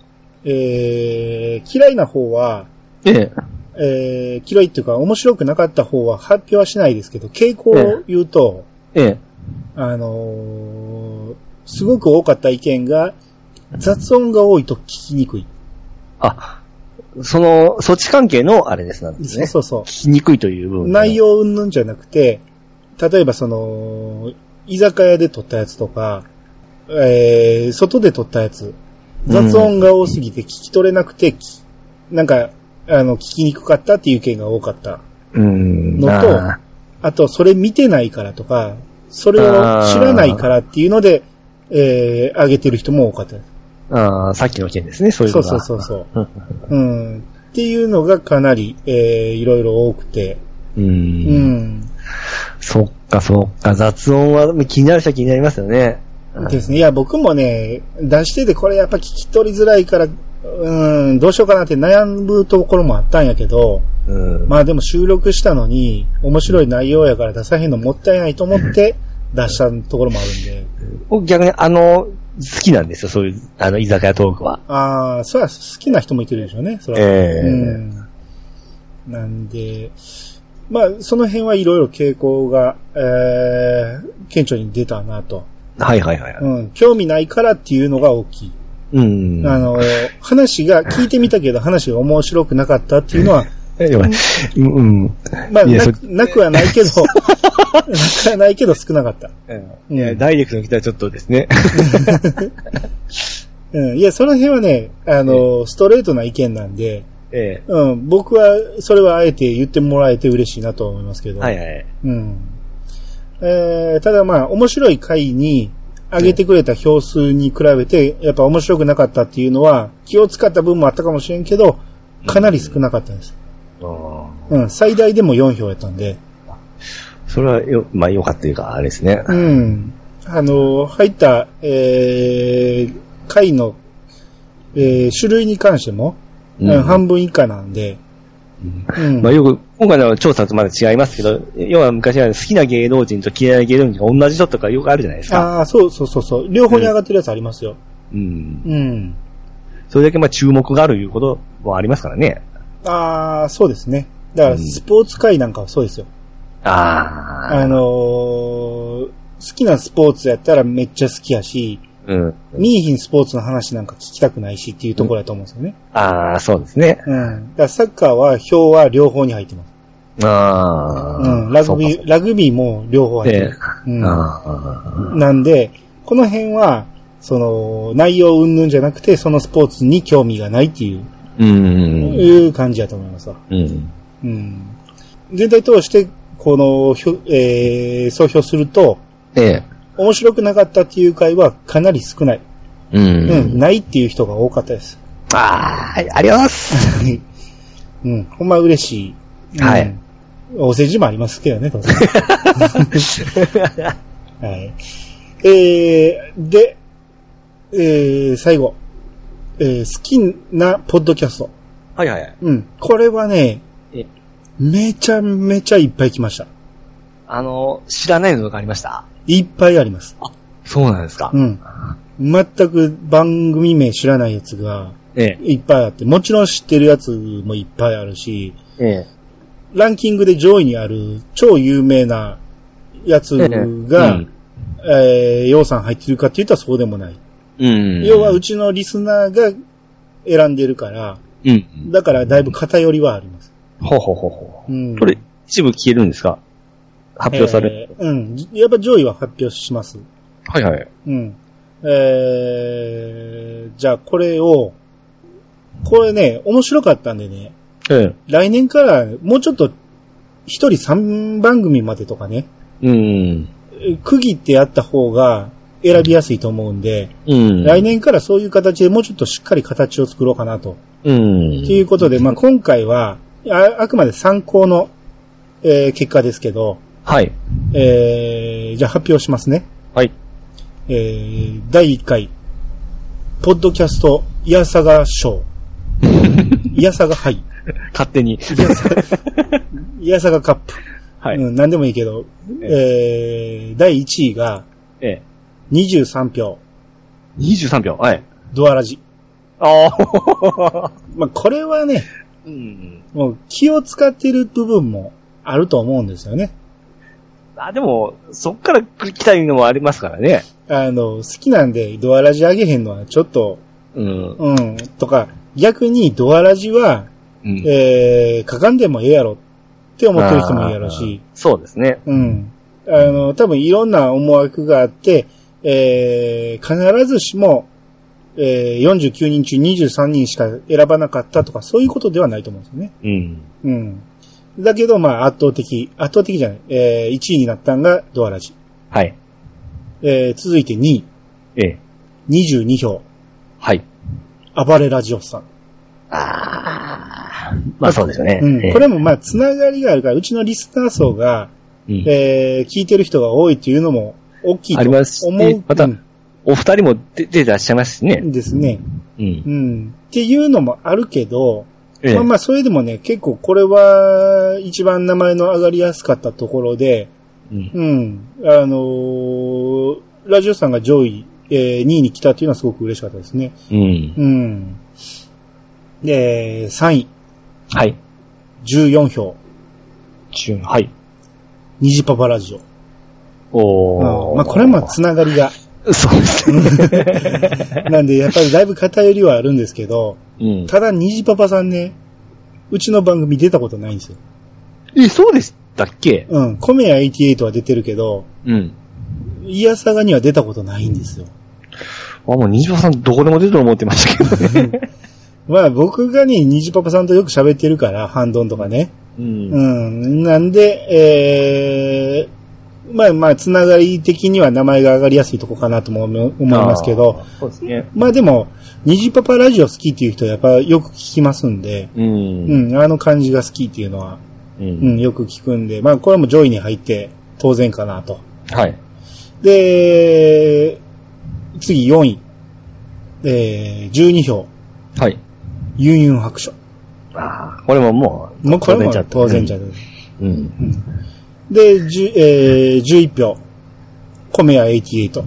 え。えー、嫌いな方は、ええ。えー、嫌いっていうか面白くなかった方は発表はしないですけど、傾向を言うと、ええ。あのーすごく多かった意見が、雑音が多いと聞きにくい。あ、その、措置関係のあれですなんですそうね。そうそう。聞きにくいという部分。内。容云々じゃなくて、例えばその、居酒屋で撮ったやつとか、えー、外で撮ったやつ、雑音が多すぎて聞き取れなくて、きなんか、あの、聞きにくかったっていう意見が多かった。うん。のとああと、それ見てないからとか、それを知らないからっていうので、えー、上げてる人も多かった。ーあー、さっきの件ですね、そういうそのうが。そうそうそう。うん。っていうのがかなり、えー、いろいろ多くて。う。うんん。そっかそっか、雑音は気になる人は気になりますよね。ですね。いや、僕もね、出しててこれやっぱ聞き取りづらいから、うん、どうしようかなって悩むところもあったんやけど、うん。まあでも収録したのに、面白い内容やから出さへんのもったいないと思って出したところもあるんで。僕逆にあの、好きなんですよ、そういう、あの、居酒屋トークは。ああ、そりゃ好きな人もいてるでしょうね、それは。ええうん。なんで、まあ、その辺はいろいろ傾向が、えー、顕著に出たなと。はいはいはい。うん。興味ないからっていうのが大きい。うん。あの、話が、聞いてみたけど話が面白くなかったっていうのは、やばい、うん。うんまあ、いやなそなくはない けど、なくはないけど少なかった。いや、ダイレクトに来たらちょっとです ね。うん。いや、その辺はね、あの、ストレートな意見なんで、えうん。僕は、それはあえて言ってもらえて嬉しいなと思いますけえど。はいはい。うん。えー、ただまあ、面白い回に上げてくれた票数に比べて、やっぱ面白くなかったっていうのは、気を使った分もあったかもしれんけど、かなり少なかったです。うんうん、最大でも4票やったんで。それはよ、まあ、よかったというか、あれですね。うん。あの、入った、えー、回の、えー、種類に関しても、うんうん半分以下なんで、うんまあ、よく、今回の調査とまだ違いますけど、要は昔は好きな芸能人と嫌いな芸能人が同じ人とかよくあるじゃないですか。ああ、そうそうそうそう。両方に上がってるやつありますよ。うん。うん。それだけまあ注目があるいうこともありますからね。ああ、そうですね。だから、うんスポーツ界なんかはそうですよ。ああのー好きなスポーツやったらめっちゃ好きやし、うん。見えひんスポーツの話なんか聞きたくないしっていうところだと思うんですよね。ああ、そうですね。うん。だからサッカーは、票は両方に入ってます。ああ。うん。ラグビそうー、ラグビーも両方か。入ってえる。えうんああ。なんで、この辺は、その、内容云々じゃなくて、そのスポーツに興味がないっていう、うん。いう感じだと思いますわ。うん。うん。全体通して、この、ひょえー、総評すると、ええ。面白くなかったっていう回はかなり少ない。う。うんん、ないっていう人が多かったです。ああ、はいありがとうございます。うん、ほんま嬉しい。うんはい。お世辞もありますけどね、当 然。はい。えー、で、えー、最後。えー、好きなポッドキャスト。はいはい。うん。これはねえ、めちゃめちゃいっぱい来ました。あの、知らないのがありましたいっぱいあります。そうなんですかうん。全く番組名知らないやつがええ。いっぱいあって、もちろん知ってるやつもいっぱいあるし、ええ。ランキングで上位にある超有名なやつが、えー、洋さん入ってるかって言ったらそうでもない。うん。要は、うちのリスナーが選んでるから、うん。だからだいぶ偏りはあります。ほうほうほうほうん。う。これ、一部消えるんですか発表され。えーうん。やっぱ上位は発表します。はいはい。うん。えー、じゃあこれを、これね、面白かったんでね、ええ。来年からもうちょっと、一人3番組までとかね、うん。え区切ってやった方が選びやすいと思うんで、うん。来年からそういう形でもうちょっとしっかり形を作ろうかなと。うん。ということで、まあ今回は、ああくまで参考の、えー結果ですけど、はい。えー、じゃあ発表しますね。はい。えー、第1回、ポッドキャスト、イヤサガ 賞。イヤサガ杯。勝手に。イヤサガカップ。 はい。うん、何でもいいけど、えー、第1位がええ。 23票、 23票。はい。ドアラジ。ああ。まあこれはね、 うん。もう気を使ってる部分もあると思うんですよね。あ、でも、そっから来たいのもありますからね。あの、好きなんでドアラジ上げへんのはちょっと、うん。うん、とか、逆にドアラジは、うんえー、かかんでもええやろって思ってる人もいるやろし、そうですね。うん。あの、多分いろんな思惑があって、えー、必ずしも、えー、49人中23人しか選ばなかったとか、そういうことではないと思うんですよね。うん。うん。だけど、まあ、圧倒的、圧倒的じゃない、えー、1位になったんがドアラジ。はい。えー、続いて2位、ええ。 22票、はい。暴れラジオさん。ああ。まあそうですよね。うん。これもまあ、つながりがあるから、うちのリスナー層が、うんえー、聞いてる人が多いっていうのも大きいとありますし思う。またうんお二人も出出てらっしゃいますしね。ですね。うんう。ん。っていうのもあるけど、ええまあまあ、それでもね、結構これは、一番名前の上がりやすかったところで、うんうん。あのーラジオさんが上位、え2位に来たっていうのはすごく嬉しかったですね。うん。うん。で、3位、はい。 14票、中はい。ニジパパラジオ。おうーんまあ、これもつながり が。そうです ね。なんで、やっぱりだいぶ偏りはあるんですけど、うん。ただ、虹パパさんね、うちの番組出たことないんですよ。え、そうでしたっけうん。コメヤ88は出てるけど、うん。イヤサガには出たことないんですよ。あ、もう西場さんどこでも出ると思ってましたけどね。まあ僕がね、虹パパさんとよく喋ってるから、ハンドンとかね。う。うんん。なんで、えー、まあまあ、つながり的には名前が上がりやすいとこかなとも思思いますけどあ、ー。そうですね。まあでも、虹パパラジオ好きっていう人はやっぱよく聞きますんで、う。うんん、あの感じが好きっていうのはう。うんん、よく聞くんで、まあこれも上位に入って当然かなと。はい。で、次4位。えー、12票。はい。ユンユン白書。ああ、これももう、もうこれも当然じゃん。ない。うん。で、じゅえー、11票。コメヤ88。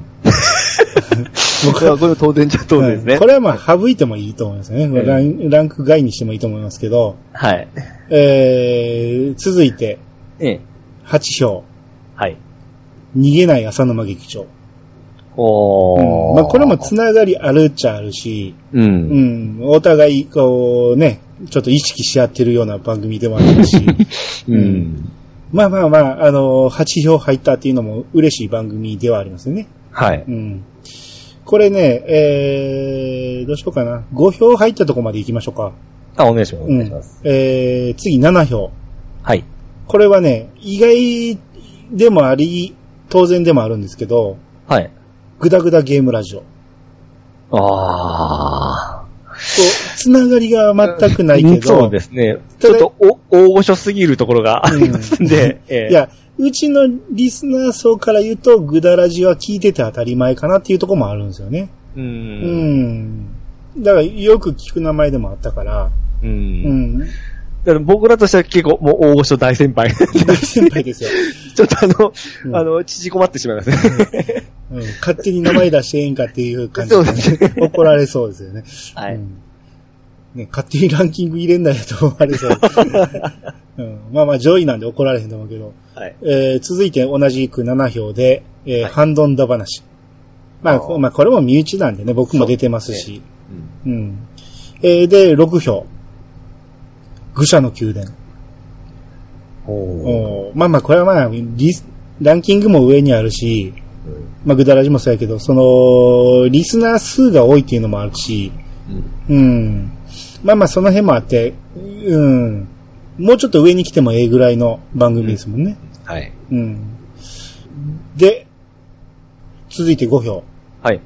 僕はこれ当然じゃ当然ですはねいこ。れはまあ省いてもいいと思いますよね。ええランランク外にしてもいいと思いますけど、はい。えー、続いてええ。 8票。はい。逃げない浅沼劇場。おうんー。まあこれもつながりあるっちゃあるし、う。うんん、お互い、こうね、ちょっと意識し合ってるような番組でもある し、うん。まあまあまあ、あの、8票入ったっていうのも嬉しい番組ではありますよね。はい。うん。これね、えー、どうしようかな。5票入ったとこまで行きましょうか。あ、お願いします。おう願いんします。。えー、次7票。はい。これはね、意外でもあり、当然でもあるんですけど、はい。グダグダゲームラジオ。と、ああ。つながりが全くないけど、そうですね。たちょだっとお大御所すぎるところがありますんで、ええいや、うちのリスナー層から言うと、グダラジは聞いてて当たり前かなっていうところもあるんですよね。う。うんん。だから、よく聞く名前でもあったから、う。うんん。だから僕らとしては結構もう大御所大先輩。ち大先輩ですよ。ょっとあの、うんあの、縮こまってしまいますね。うん。勝手に名前出してええんかっていう感じそうですね。怒られそうですよね。はうい。んね、勝手にランキング入れんなよと思わ れそう。うん、まあまあ上位なんで怒られへんと思うけど。はい。えー続いて同じく7票で、えーはいハンドンダ話。まあ、あーまあこれも身内なんでね、僕も出てますし。うんうん。えーで、6票。愚者の宮殿。ほおーまあまあ、これはまあ、リスランキングも上にあるし、う。うんまあ、ぐだらじもそうやけど、その、リスナー数が多いっていうのもあるし、うんうん。まあまあ、その辺もあって、うん。もうちょっと上に来てもええぐらいの番組ですもんね。はい。うん。で、続いて5票。はい。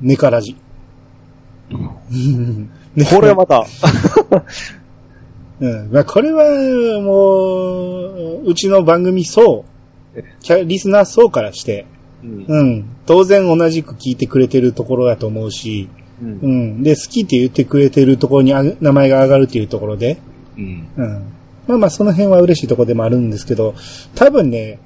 ネカラジ。ねこれはまた、 うん。まあ、これは、もう、うちの番組層、キャリスナー層からして、うんうん。当然同じく聞いてくれてるところだと思うし、うんうん。で、好きって言ってくれてるところにあげ名前が上がるっていうところで、うんうん。まあまあ、その辺は嬉しいところでもあるんですけど、多分ね、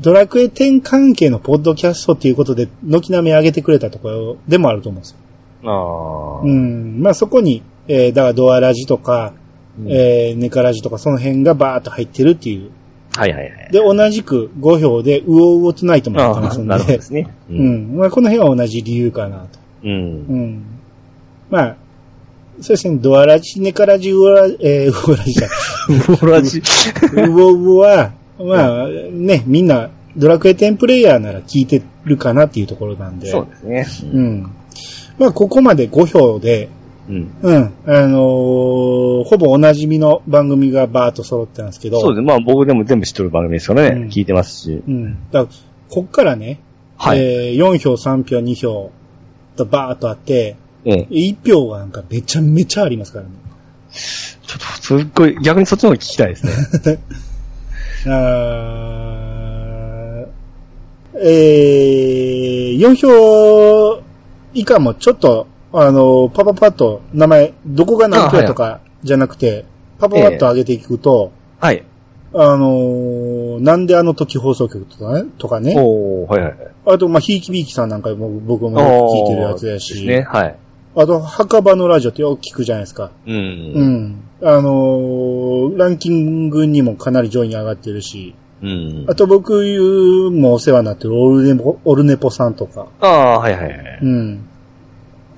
ドラクエ10関係のポッドキャストっていうことで、軒並み上げてくれたところでもあると思うんですよ。ああ。うん。まあそこに、えー、だからドアラジとか、うんえー、ネカラジとかその辺がバーっと入ってるっていう。はいはいはい。で、同じく5票で、ウオウオツナイトも入ってあますあ、んなるほどでで、すね。うう。ん。まあこの辺は同じ理由かなと。うんう。ん。まあ、そうですね、ドアラジ、ネカラジ、ウオラ、えー、ウオラジじゃないフラジ。ウボウボは、まあ、ね、みんな、ドラクエ10プレイヤーなら聞いてるかなっていうところなんで。そうですうね。ん。まあ、ここまで5票で、うん。うん、あのーほぼおなじみの番組がバーっと揃ってたんですけど、そうですね。まあ僕でも全部知っとる番組ですからうんね。聞いてますし。うん。だからこっからね、はい。えー4票、3票、2票とバーっとあって、ええ。 1票はなんかめちゃめちゃありますからね。ちょっと、すっごい、逆にそっちの方が聞きたいですね。あーえー、4票以下もちょっと、あの、パパパッと名前、どこが何票とかじゃなくて、パパパッと上げていくと、はい。あのーなんであの時放送局とかね、とかねおー、はいはい。あと、まあ、ひいきびいきさんなんかも僕もよく聞いてるやつやし、ですね、はい。あと、墓場のラジオってよく聞くじゃないですか。う。うんん。あのーランキングにもかなり上位に上がってるし、うんあ。と僕もお世話になってるオルネポ、オルネポさんとか。ああ、はいはいはい。うん。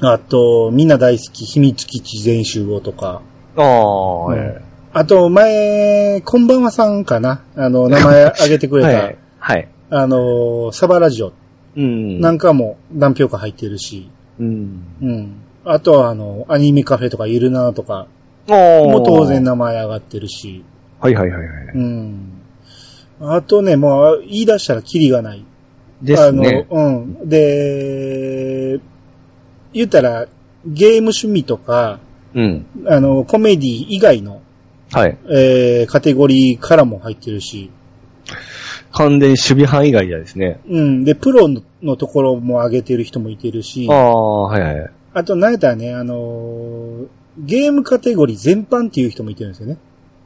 あと、みんな大好き秘密基地全集合とか。ああ、はいうんあと、前、こんばんはさんかなあの、名前あげてくれ はた、い。はい。あの、サバラジオうん。なんかも何票か入ってるし。うん。うん。あとは、あの、アニメカフェとかゆるなとかおも当然。名前上がってるし。はいはいはいはい。うん。あとね、もう言い出したらキリがない。ですね。あの、うん。で、言ったら、ゲーム趣味とか、うん。あの、コメディ以外の、はい。えーカテゴリーからも入ってるし、完全に守備範囲外ですね。うん。で、プロのところも上げてる人もいてるし、あああ、はいはい。と、なんやったらね、あのーゲームカテゴリー全般っていう人もいてるんですよね。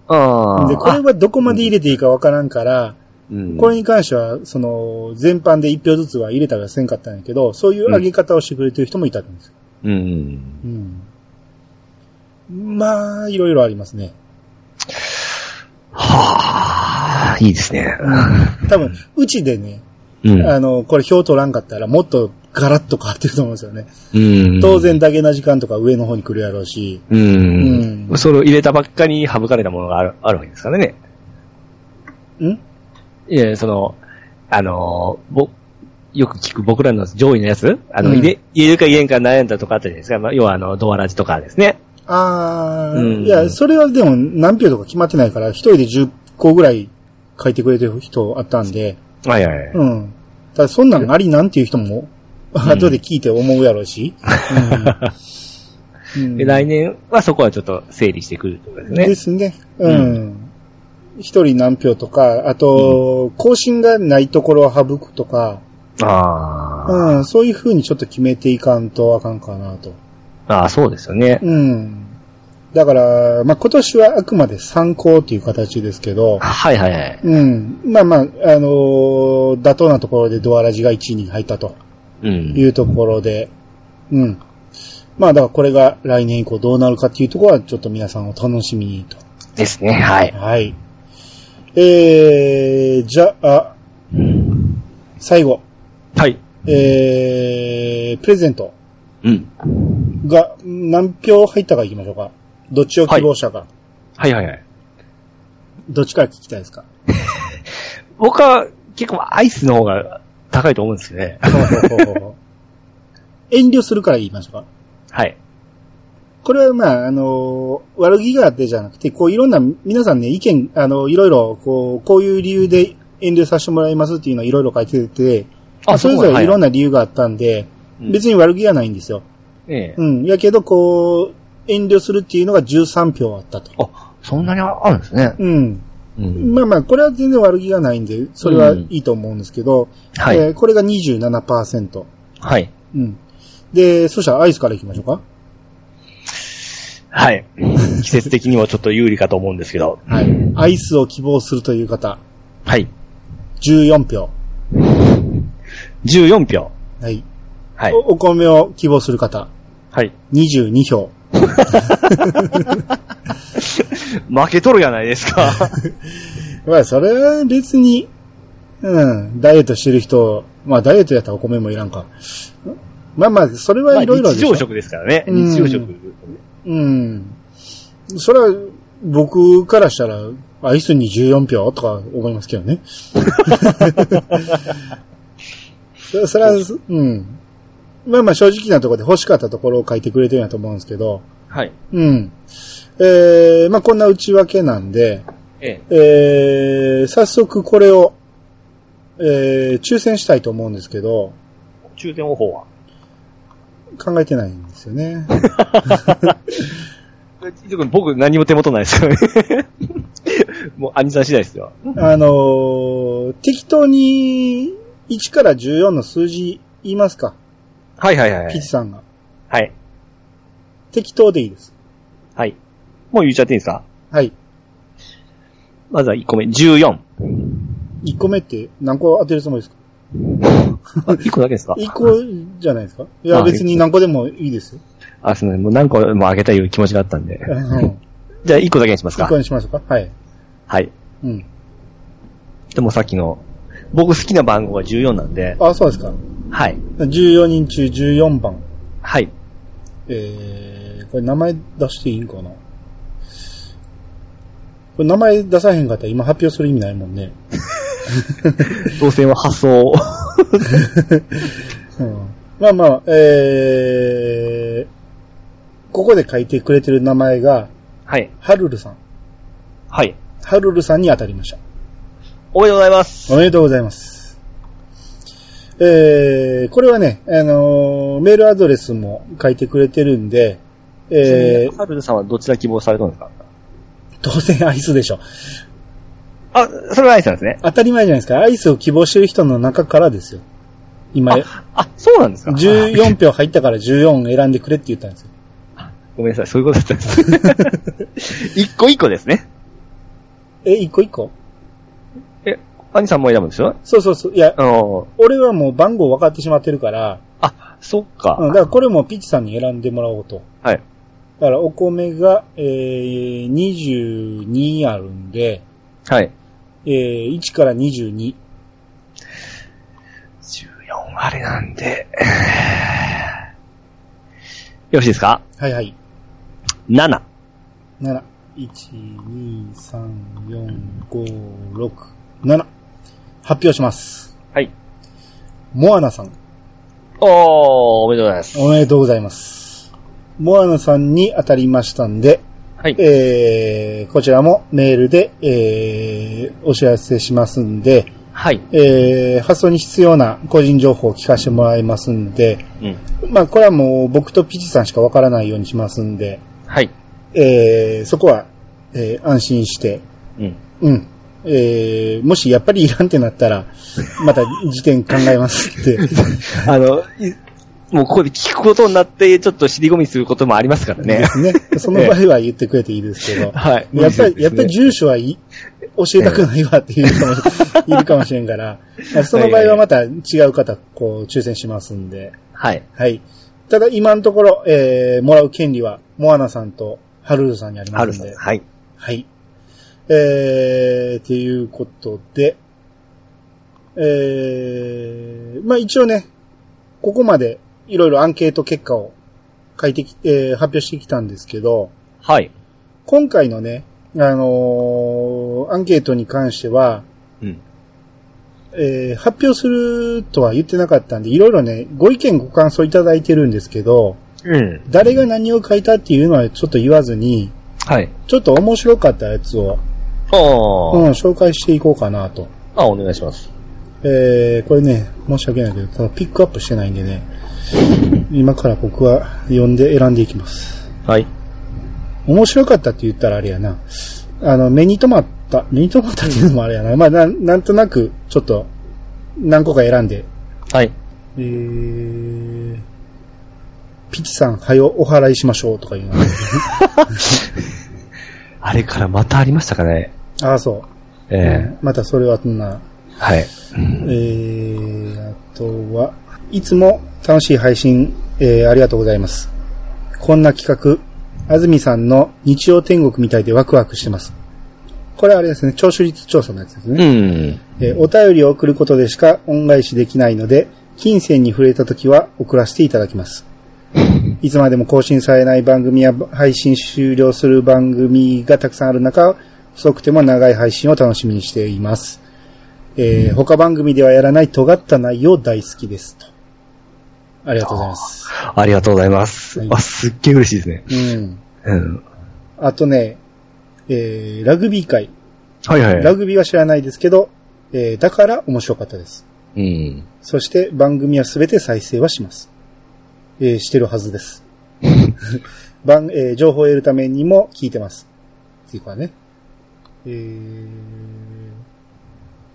ああ。で、これはどこまで入れていいかわからんから、うんこれに関しては、その、全般で1票ずつは入れたりはせんかったんやけど、そういう上げ方をしてくれてる人もいたんですようん。うん。まあ、いろいろあります ね。はあ、いいですね。多分、うちでね、うん。あの、これ票取らんかったらもっとガラッと変わってると思うんですよね。うん当然。だけな時間とか上の方に来るやろうし、ううんん。それを入れたばっかに省かれたものがある、あるわけですからね。んいや、その、あのー、ぼ、よく聞く僕らの上位のやつあの、うん入れ、入れるか入れんか悩んだとかあったじゃないですか。まあ、要はあの、ドアラジとかですね。あー、うんいや、それはでも何票とか決まってないから、一人で10個ぐらい書いてくれてる人あったんで、はいはいはい。うん。ただそんなんありなんていう人も、後で聞いて思うやろう し。うんうんで、来年はそこはちょっと整理してくるってことですね。ですね。うん。一、人何票とか、あと、更新がないところを省くとか、ああ、うん、そういう風にちょっと決めていかんとあかんかなと。ああ、そうですよね。うん。だから、まあ、今年はあくまで参考という形ですけど、はいはいはい。うん。まあまあ、あのー妥当なところでドアラジが1位に入ったとういん。うところで、うん。まあ、だからこれが来年以降どうなるかっていうところはちょっと皆さんお楽しみにと。ですね、はい。はい。えー、じゃあ、最後、はい。えー、プレゼントうん。が何票入ったかいきましょうか。どっちを希望者か、はいはいはい。どっちから聞きたいですか僕は結構アイスの方が高いと思うんですよね。ほうほうほうほう遠慮するから言いましょうか。はい。これはまあ、あのー悪気があってじゃなくて、こういろんな、皆さんね、意見、あの、いろいろ、こう、こういう理由で遠慮させてもらいますっていうのをいろいろ書いてて、まあそれぞれいろんな、な理由があったんで、うん別に悪気はないんですよ。ええうん。やけど、こう、遠慮するっていうのが13票あったと。あ、そんなにあるんですね。うん。うん。まあまあ、これは全然悪気がないんで、それはいいと思うんですけど、はえい。ーこれが27%。はい。うん。で、そしたらアイスから行きましょうか。はい。 季節的にもちょっと有利かと思うんですけど。はい。アイスを希望するという方、はい。 14票。 14票。はい。はい。おお米を希望する方、はい。 22票。負けとるやないです か。まあ、それは別に、うん、ダイエットしてる人、まあ、ダイエットやったらお米もいらんか。まあまあ、それはいろいろ日でしょ。常食ですからね。うん日常食。うん。それは、僕からしたら、アイスに14票とか思いますけどね。 そそれは、うん。まあまあ正直なところで欲しかったところを書いてくれてるんやと思うんですけど、はい。うん。えー、まあこんな内訳なんで、ええ。えー、早速これを、えー、抽選したいと思うんですけど、中点方法は考えてないんですよね。僕何も手元ないですからね。 もう兄さん次第ですよ。あのー適当に1から14の数字言いますか、はいはいはピッいチ。さんが。はい。適当でいいです。はい。もう言っちゃっていいですかはい。まずは1個目、14。 1個目って何個当てるつもりですかあ、1個だけですか ?1 個じゃないですかいや、あ別に何個でもいいです よ。あ、すみません。もう何個もあげたいいう気持ちがあったんで。うんじゃあ1個だけにします1か個。にしましょうかはい。はい。うん。でもさっきの、僕好きな番号が14なんで、あ、そうですか。はい。 14人中14番。はい。えー、これ名前出していいんかなこれ名前出さへんかったら今発表する意味ないもんね。当選は発送。うんまあまあ、えー、ここで書いてくれてる名前が、はい。ハルルさん。はい。ハルルさんに当たりました。おめでとうございます。おめでとうございます。えー、これはね、あのーメールアドレスも書いてくれてるんで、えー、ハルルさんはどちら希望されたんですか当然アイスでしょ。あ、それはアイスなんですね。当たり前じゃないですか。アイスを希望してる人の中からですよ。今、あ、そうなんですか14票入ったから14選んでくれって言ったんですよ。ごめんなさい、そういうことだったんです。 一個一個ですね。え、一個一個え、兄さんも選ぶんでしょそうそうそう。いや、あの、俺はもう番号分かってしまってるから、あ、そっか。うん、だからこれもピッチさんに選んでもらおうと。はい。だからお米が、えー、22あるんで、はい。えー、1から22。 14割なんで。よろしいですかはいはい。 ?7。 7。1,2,3,4,5,6,7発表します。はい。モアナさん、おー、おめでとうございます。おめでとうございます。モアナさんに当たりましたんで、はい。えー、こちらもメールで、えー、お知らせしますんで、はい。えー、発送に必要な個人情報を聞かせてもらいますんで、うん。まあ、これはもう僕とピチさんしかわからないようにしますんで、はい。えー、そこは、えー、安心して、うん。うん。えー、もしやっぱりいらんってなったら、また時点考えますって。あの、いもうここで聞くことになって、ちょっと尻込みすることもありますからでね。すね。その場合は言ってくれていいですけど。はい。やっぱり、やっぱ無り理住所はい教えたくないわっていう人もいるかもしれんから、まあその場合はまた違う方、こう、抽選しますんで、はい。はい。ただ今のところ、えー、もらう権利は、モアナさんとハルルさんにありまあるすんんで、はい。はい。えー、ということで、えー、まあ一応ね、ここまでいろいろアンケート結果を書いてき、えー発表してきたんですけど、はい。今回のね、あのーアンケートに関しては、うん。えー発表するとは言ってなかったんで、いろいろね、ご意見ご感想いただいてるんですけど、うん。誰が何を書いたっていうのはちょっと言わずに、はい。ちょっと面白かったやつを、ああ、うん、紹介していこうかなと。あ、お願いします。えー、これね、申し訳ないけど、ただピックアップしてないんで ね、今から僕は読んで選んでいきます。はい。面白かったって言ったらあれやな。あの、目に留まった、目に留まったっていうのもあれやな。まあ、なんなんとなく、ちょっと、何個か選んで。はい。えー、ピチさん、はよ、お払いしましょうとか言うの。 あれからまたありましたかね。ああ、そう。ええまたそれはそんな、はい。えー、あとは、いつも楽しい配信、えー、ありがとうございます。こんな企画、安住さんの日曜天国みたいでワクワクしてます。これはあれですね、聴取率調査のやつですね。うん。えーお便りを送ることでしか恩返しできないので、金銭に触れた時は送らせていただきます。いつまでも更新されない番組や配信終了する番組がたくさんある中、細くても長い配信を楽しみにしています。えー他番組ではやらない尖った内容大好きです。とありがとうございます。ありがとうございます。はいあ、すっげえ嬉しいですね。うん。うん。あとね、えーラグビー界。はいはい。ラグビーは知らないですけど、えーだから面白かったです。うん。そして番組はすべて再生はします。えーしてるはず です。番、えー情報を得るためにも聞いてます。っていうかね。えー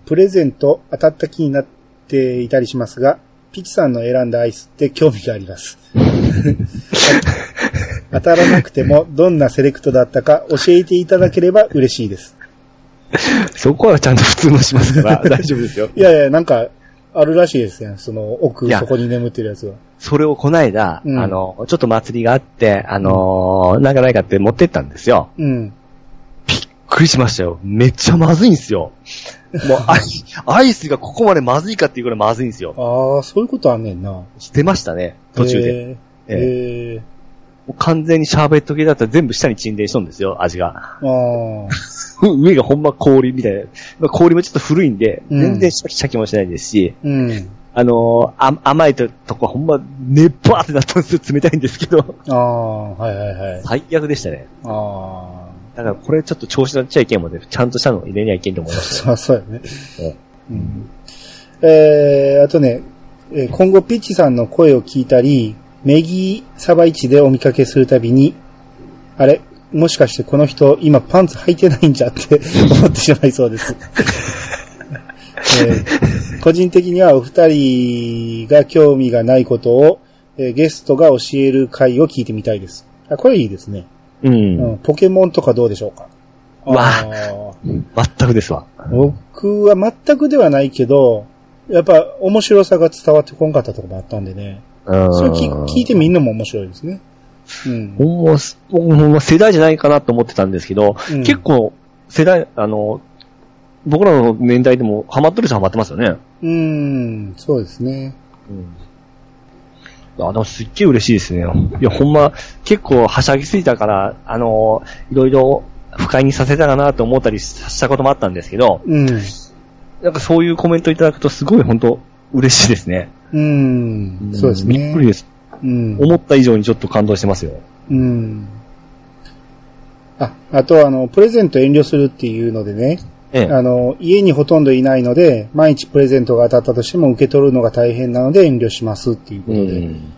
プレゼント当たった気になっていたりしますが、ピチさんの選んだアイスって興味があり ます。当たらなくてもどんなセレクトだったか教えていただければ嬉しいです。そこはちゃんと普通のしますから、 大丈夫ですよ。いやいや、なんか、あるらしいですね。その奥い、やそこに眠ってるやつが。それをこないだ、うんあの、ちょっと祭りがあって、あのーなんかないかって持ってったんですよ。うん。びっくりしましたよ。めっちゃまずいんですよ。 もう、アイアイスがここまでまずいかっていうぐらいまずいんですよ。ああ、そういうことあんねんな。捨てましたね、途中で。えー。えええもう完全にシャーベット系だったら全部下に沈殿しとんですよ、味が。ー、ああ。う上がほんま氷みたいな。まあ氷もちょっと古いんで、うん全然シャキシャキもしないですし、うん。あのーあ甘いととこはほんま、ねっばーってなったんですよ、冷たいんですけど。ああ、はいはいはい。 最悪でしたね。あだからこれちょっと調子乗っちゃいけんもんね、ちゃんとしたの入れにゃいけんと思いまあ。す。 そう、そうやね。えうん。えー、あとね、えー今後ピッチさんの声を聞いたり、メギサバイチでお見かけするたびに、あれもしかしてこの人、今パンツ履いてないんじゃって 思ってしまいそうです。えー個人的にはお二人が興味がないことを、えーゲストが教える回を聞いてみたいです。あ、これいいですね。うん。うん、ポケモンとかどうでしょうかうわあー全くですわ。僕は全くではないけど、やっぱ面白さが伝わってこんかったとこもあったんでね。うんそれ聞聞いてみんのも面白いですね。うん。ほんま、ほんま世代じゃないかなと思ってたんですけど、うん結構、世代、あの、僕らの年代でもハマってる人はハマってますよね。うん、そうですね。うん。あ、でもすっげえ嬉しいですね。いや、ほんま、結構はしゃぎすぎたから、あの、いろいろ不快にさせたかなと思ったりしたこともあったんですけど、うん。なんかそういうコメントいただくとすごい本当嬉しいですね。うん、そうですね。びっくりです。うん。思った以上にちょっと感動してますよ。うん。あ、あとあの、プレゼント遠慮するっていうのでね、ええ。あの、家にほとんどいないので、毎日プレゼントが当たったとしても受け取るのが大変なので遠慮しますっていうこうとで。ん。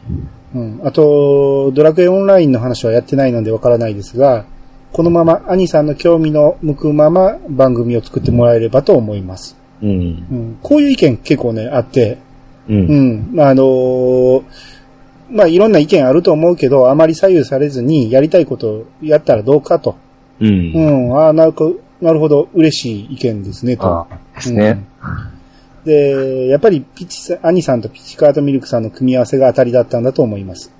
うん。あと、ドラクエオンラインの話はやってないのでわからないですが、このまま兄さんの興味の向くまま番組を作ってもらえればと思います。うん。うん。こういう意見結構ね、あって、う。うんん。まあ、あのーまあ、いろんな意見あると思うけど、あまり左右されずにやりたいことをやったらどうかと。う。うんん。ああ、なるほど、なるほど、嬉しい意見ですね、と。あですね。で、やっぱりピチさん、兄さんとピチカートミルクさんの組み合わせが当たりだったんだと思います。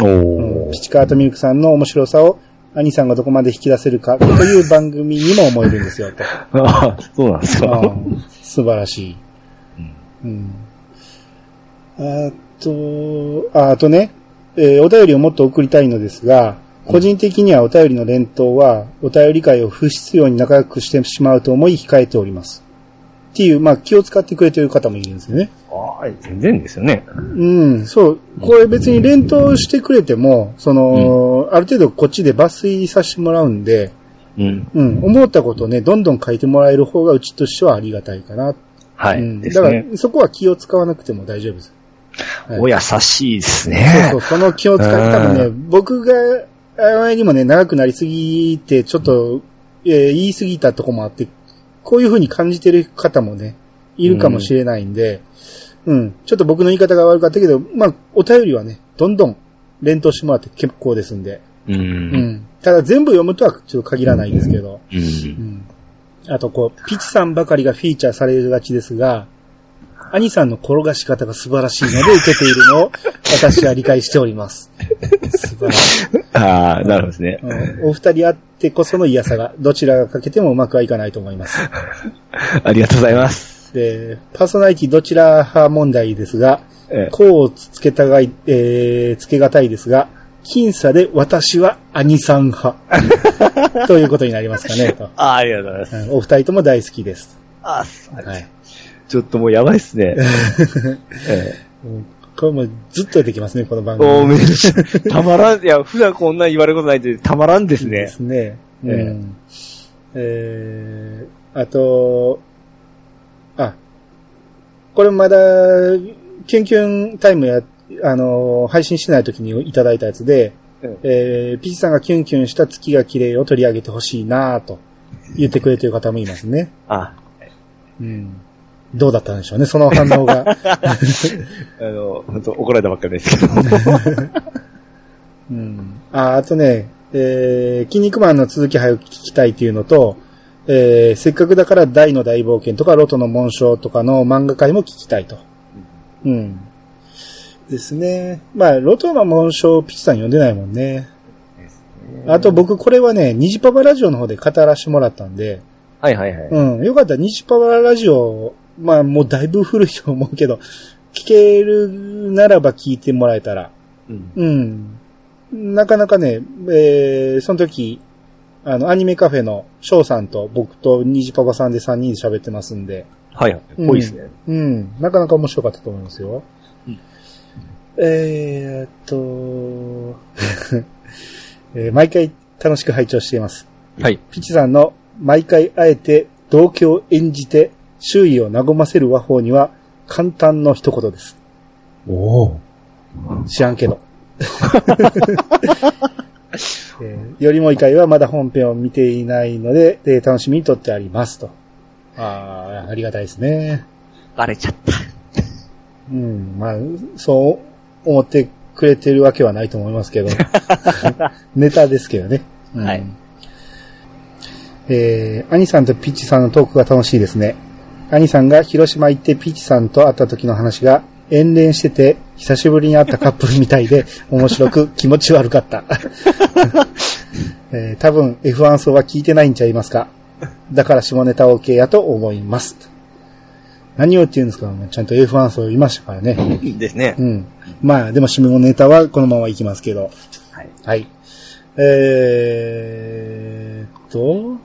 おーピチカートミルクさんの面白さを、兄さんがどこまで引き出せるかという番組にも思えるんです よ、と。あそうなんですあか。ー素晴らしい。うん。あと、ああとね、えーお便りをもっと送りたいのですが、個人的にはお便りの連投は、お便り会を不必要に仲良くしてしまうと思い控えております。っていう、まあ気を使ってくれてる方もいるんですよね。ああ、全然ですよね。うん、そう。これ別に連投してくれても、その、ある程度こっちで抜粋させてもらうんで、うん。うん、思ったことをね、どんどん書いてもらえる方がうちとしてはありがたいかな。はい。うん、でだすかね。ら、そこは気を使わなくても大丈夫です。はいお優しいですそうね そう、。その気を使って多分ね、う僕が、あまりにもね、長くなりすぎて、ちょっと、えー言い過ぎたとこもあって、こういう風に感じてる方もね、いるかもしれないんで、うん、ちょっと僕の言い方が悪かったけど、まあ、お便りはね、どんどん連投してもらって結構ですんで、う。うんん。ただ全部読むとはちょっと限らないですけど、う。うんん。あと、こう、ピチさんばかりがフィーチャーされがちですが、兄さんの転がし方が素晴らしいので受けているのを私は理解しております。素晴らしい。ああ、なるほどですね。うんお二人あってこその嫌さが、どちらがかけてもうまくはいかないと思います。ありがとうございます。で、パーソナリティどちら派問題ですが、えこうつけたがい、えー、つけがたいですが、僅差で私は兄さん派。ということになりますかね、と。ああ、ありがとうございます。うんお二人とも大好きです。ああ、そうはい。ちょっともうやばいっ すね。ええうんこれもうずっと出てきますね、この番組。おーめっちゃ、たまらん、いや、普段こんな言われることないって、たまらんですでね。すね。うえん。えー、あと、あ、これまだ、キュンキュンタイムや、あのー、配信してない時にいただいたやつで、うんえー、ピチさんがキュンキュンした月が綺麗を取り上げてほしいなぁと言ってくれてる方もいますね。あうん。どうだったんでしょうね、その反応が。あの、本当怒られたばっかりですけど。うん。あ、あとね、えー、筋肉マンの続き早く聞きたいっていうのと、えー、せっかくだから大の大冒険とか、ロトの紋章とかの漫画界も聞きたいと。うん。ですね。まあ、ロトの紋章、ピチさん読んでないもんね。あと僕、これはね、ニジパパラジオの方で語らせてもらったんで、はいはいはい。うん。よかったら、ニジパワーラジオ、まあ、もうだいぶ古いと思うけど、聞けるならば聞いてもらえたら、うん。うん。なかなかね、えー、その時、あの、アニメカフェの翔さんと僕と虹パパさんで3人で喋ってますんで、はいはい。うん多いですね。うん。なかなか面白かったと思いますよ。うんえーっと、 えー毎回楽しく拝聴しています。はい。ピチさんの毎回あえて同居を演じて周囲を和ませる和法には簡単の一言です。おお。知らんけど。 えーよりもい会はまだ本編を見ていないので、えー楽しみにとってありますと。ああ、ありがたいですね。バレちゃった。うん、まあ、そう思ってくれてるわけはないと思います けど。ネタですけどね。うんはい。えー、兄さんとピッチさんのトークが楽しいですね。兄さんが広島行ってピッチさんと会った時の話が、遠恋してて、久しぶりに会ったカップルみたい で、面白く気持ち悪かった。えー、多分 F1 層は聞いてないんちゃいますか。だから下ネタ OK やと思います。何を言ってるんですかちゃんと F1 層いましたからね。ですねう。ん。まあ、でも、締めのネタはこのままいきますけど。はい。はい。えーっと、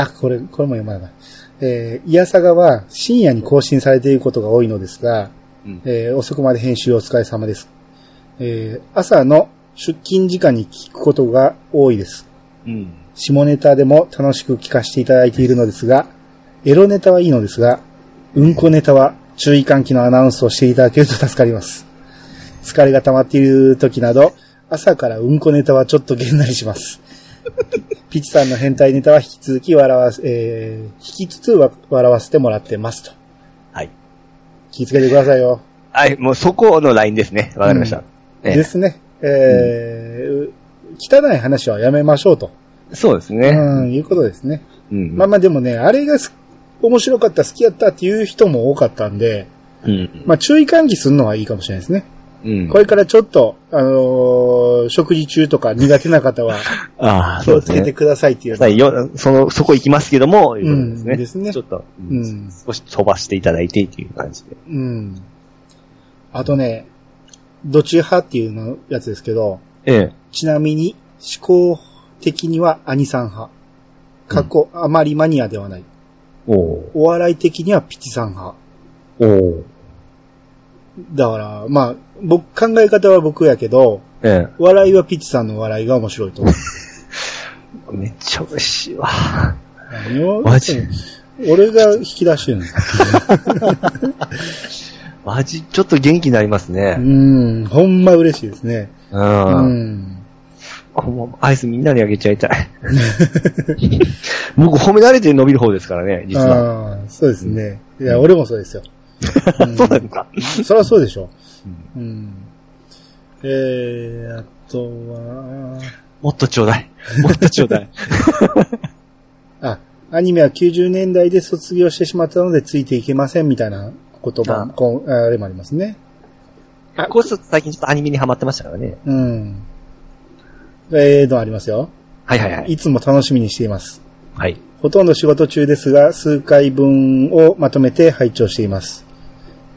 あ、これ、これも読まない。えー、イヤサガは深夜に更新されていることが多いのですが、うんえー遅くまで編集お疲れ様です。えー朝の出勤時間に聞くことが多いです。うん。下ネタでも楽しく聞かせていただいているのですが、エロネタはいいのですが、うんこネタは注意喚起のアナウンスをしていただけると助かります。疲れが溜まっている時など、朝からうんこネタはちょっとげんなりします。ピチさんの変態ネタは引き続き笑わせ、えー、引きつつわ笑わせてもらってますと。はい。気をつけてくださいよ。はい、もうそこのラインですね。わかりました。ええですね。えー汚い話はやめましょうと。そうですね。うん、いうことですね。うんまあまあでもね、あれがす面白かった、好きやったっていう人も多かったんで、うん。まあ注意喚起するのはいいかもしれないですね。うんこれからちょっと、あのー食事中とか苦手な方 はああ、気そうをつですけねて。くださいっていう。はいよその、そこ行きますけども、いうことですね。うんですねちょっと、ううんん。少し飛ばしていただいてっていう感じで。うん。あとね、どっち派っていうのやつですけど、ええ。ちなみに、思考的には兄さん派。過去、あまりマニアではない。おうお笑い的にはピチさん派。おうだから、まあ、僕、考え方は僕やけど、ええ。笑いはピチさんの笑いが面白いと思う。めっちゃ美味しいわ。何を マジ俺が引き出してるの。マジ、ちょっと元気になりますね。うん、ほんま嬉しいですね。う。うんん。このアイスみんなにあげちゃい たい。僕褒められて伸びる方ですからね、実は。ああ、そうですね。いや、俺もそうですよ。うんそうなんですか。そりゃそうでしょ。うん。えー、あとは、もっとちょう だい。もっとちょうだい。あ、アニメは90年代で卒業してしまったのでついていけませんみたいな言葉、あこうああれもありますね。こうすると最近ちょっとアニメにハマってましたからね。うん。えーのありますよ。はいはいはい。いつも楽しみにしています。はい。ほとんど仕事中ですが、数回分をまとめて拝聴しています。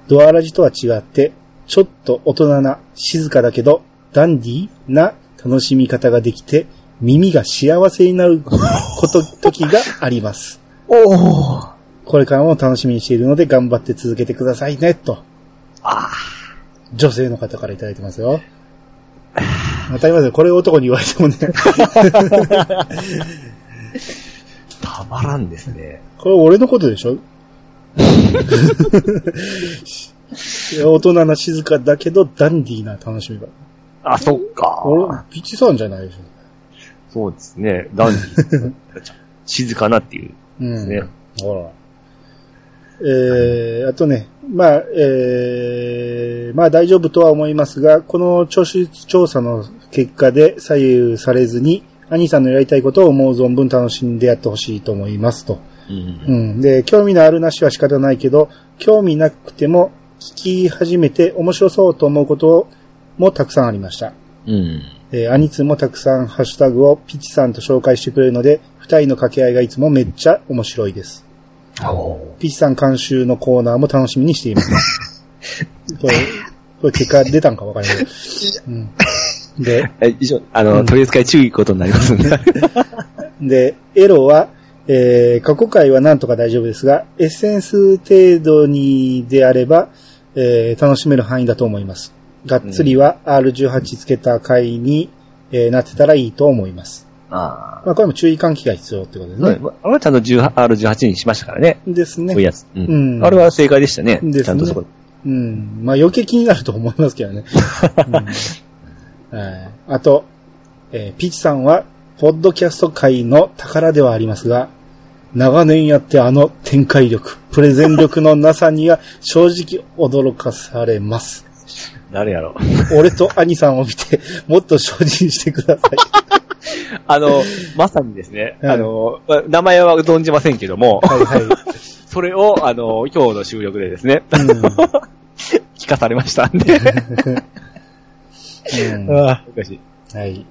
ドアラジとは違って、ちょっと大人な、静かだけど、ダンディーな楽しみ方ができて、耳が幸せになること、時があります。おー。これからも楽しみにしているので、頑張って続けてくださいね、と。あ女性の方からいただいてますよ。当たり前ですよ。これ男に言われてもね。ーたまらんですね。これ俺のことでしょいや大人な静かだけど、ダンディーな楽しみが。あ、そっか。俺、ピチさんじゃないでしょ。そうですね。ダンディ。 静かなっていう。うん。ねほら。えー、あとね、まあ、えー、まあ大丈夫とは思いますが、この聴取調査の結果で左右されずに、兄さんのやりたいことを思う存分楽しんでやってほしいと思いますと。うん。うん。で、興味のあるなしは仕方ないけど、興味なくても聞き始めて面白そうと思うこともたくさんありました。うん。えー、アニツもたくさんハッシュタグをピチさんと紹介してくれるので、二人の掛け合いがいつもめっちゃ面白いです。おーピチさん監修のコーナーも楽しみにしています。これ、これ結果出たんかわかんないけど。うん。で、え、以上、あの、取り扱い注意ことになりますんで。 で、エロは、えー過去回はなんとか大丈夫ですが、エッセンス程度にであれば、えー楽しめる範囲だと思います。がっつりは R18 つけた回に、えーなってたらいいと思います。あまあ、これも注意喚起が必要ってことですあ。ねね。、あれはちゃんと R18 にしましたからね。ですねこういう。やつ。ううんん。あれは正解でしたね。ですねちゃんとそこ。うん。まあ、余計気になると思いますけ どね。うんはいあと、えーピチさんは、ポッドキャスト界の宝ではありますが、長年やってあの展開力、プレゼン力のなさには正直驚かされます。誰 やろう。俺と兄さんを見て、もっと精進してください。あの、まさにですね、うんあの、ま名前は存じませんけども、はいはい。それを、あの、今日の収録でですね、 聞かされましたんで。うん うんああ、おかしい。はい。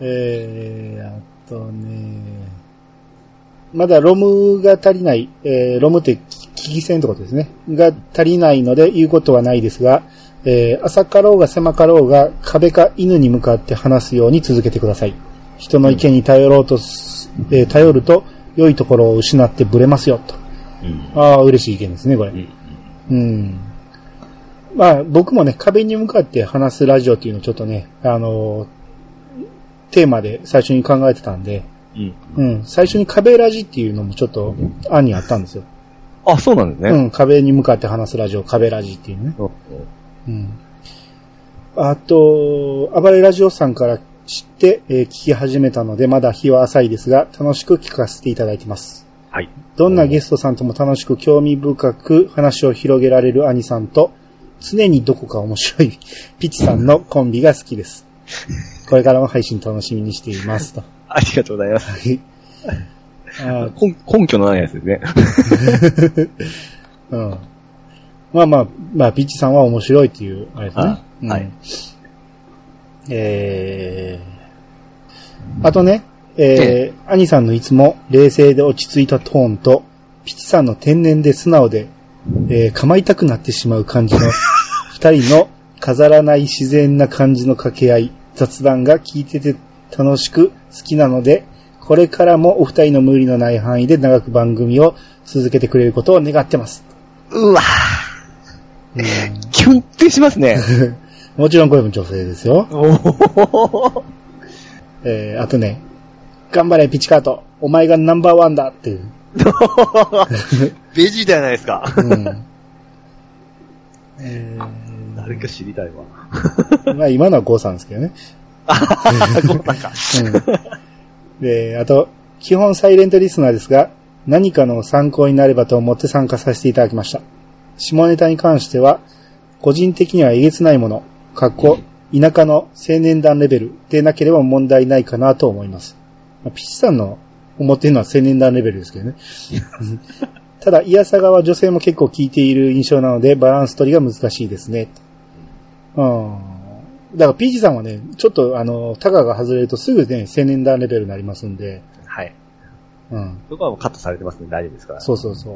えー、あとね、まだロムが足りない、えー、ロムって聞き戦ってことですね。が足りないので言うことはないですが、えー、浅かろうが狭かろうが壁か犬に向かって話すように続けてください。人の意見に頼ろうとす、えー頼ると良いところを失ってブレますよ、と。うん。ああ、嬉しい意見ですね、これ。んうん。まあ、僕もね、壁に向かって話すラジオっていうのをちょっとね、あのーテーマで最初に考えてたんで、うん。うん、最初に壁ラジっていうのもちょっと案にあったんですよ。あ、そうなんでうすね。ん、壁に向かって話すラジオ、壁ラジっていうね。うん。うん。あと、暴れラジオさんから知って、えー聞き始めたので、まだ日は浅いですが、楽しく聞かせていただいてます。はい。どんなゲストさんとも楽しく興味深く話を広げられる兄さんと、常にどこか面白い ピチさんのコンビが好きです。これからも配信楽しみにしていますと。ありがとうございます。あ根根拠のないやつですね。うん、まあまあ、まあ、ピチさんは面白いっていう、あれですねあ。うんはい。えー、あとね、ええー、兄さんのいつも冷静で落ち着いたトーンと、ピチさんの天然で素直で、えー、構いたくなってしまう感じ の、二人の飾らない自然な感じの掛け合い、雑談が聞いてて楽しく好きなので、これからもお二人の無理のない範囲で長く番組を続けてくれることを願ってます。うわうんぁ、キュンってします ね。もちろん声も女性ですよ。おおえー、あとね、頑張れピチカート、お前がナンバーワンだっていう。ベジじゃないですか。うん。え誰か知りたいわ。ー、まあ今のはゴーさんですけどね。ゴンさんか。うん。で、あと、基本サイレントリスナーですが、何かの参考になればと思って参加させていただきました。下ネタに関しては、個人的にはえげつないもの、かっこ、田舎の青年団レベルでなければ問題ないかなと思います。まあピッチさんの思ってるのは青年団レベルです けどね。うんただ、イヤサガは女性も結構聞いている印象なので、バランス取りが難しいですね。うん。だから、ピーチさんはね、ちょっと、あの、タガが外れるとすぐね、青年団レベルになりますんで、はい。うん。そこはもうカットされてますんで大丈夫ですから。そうそうそ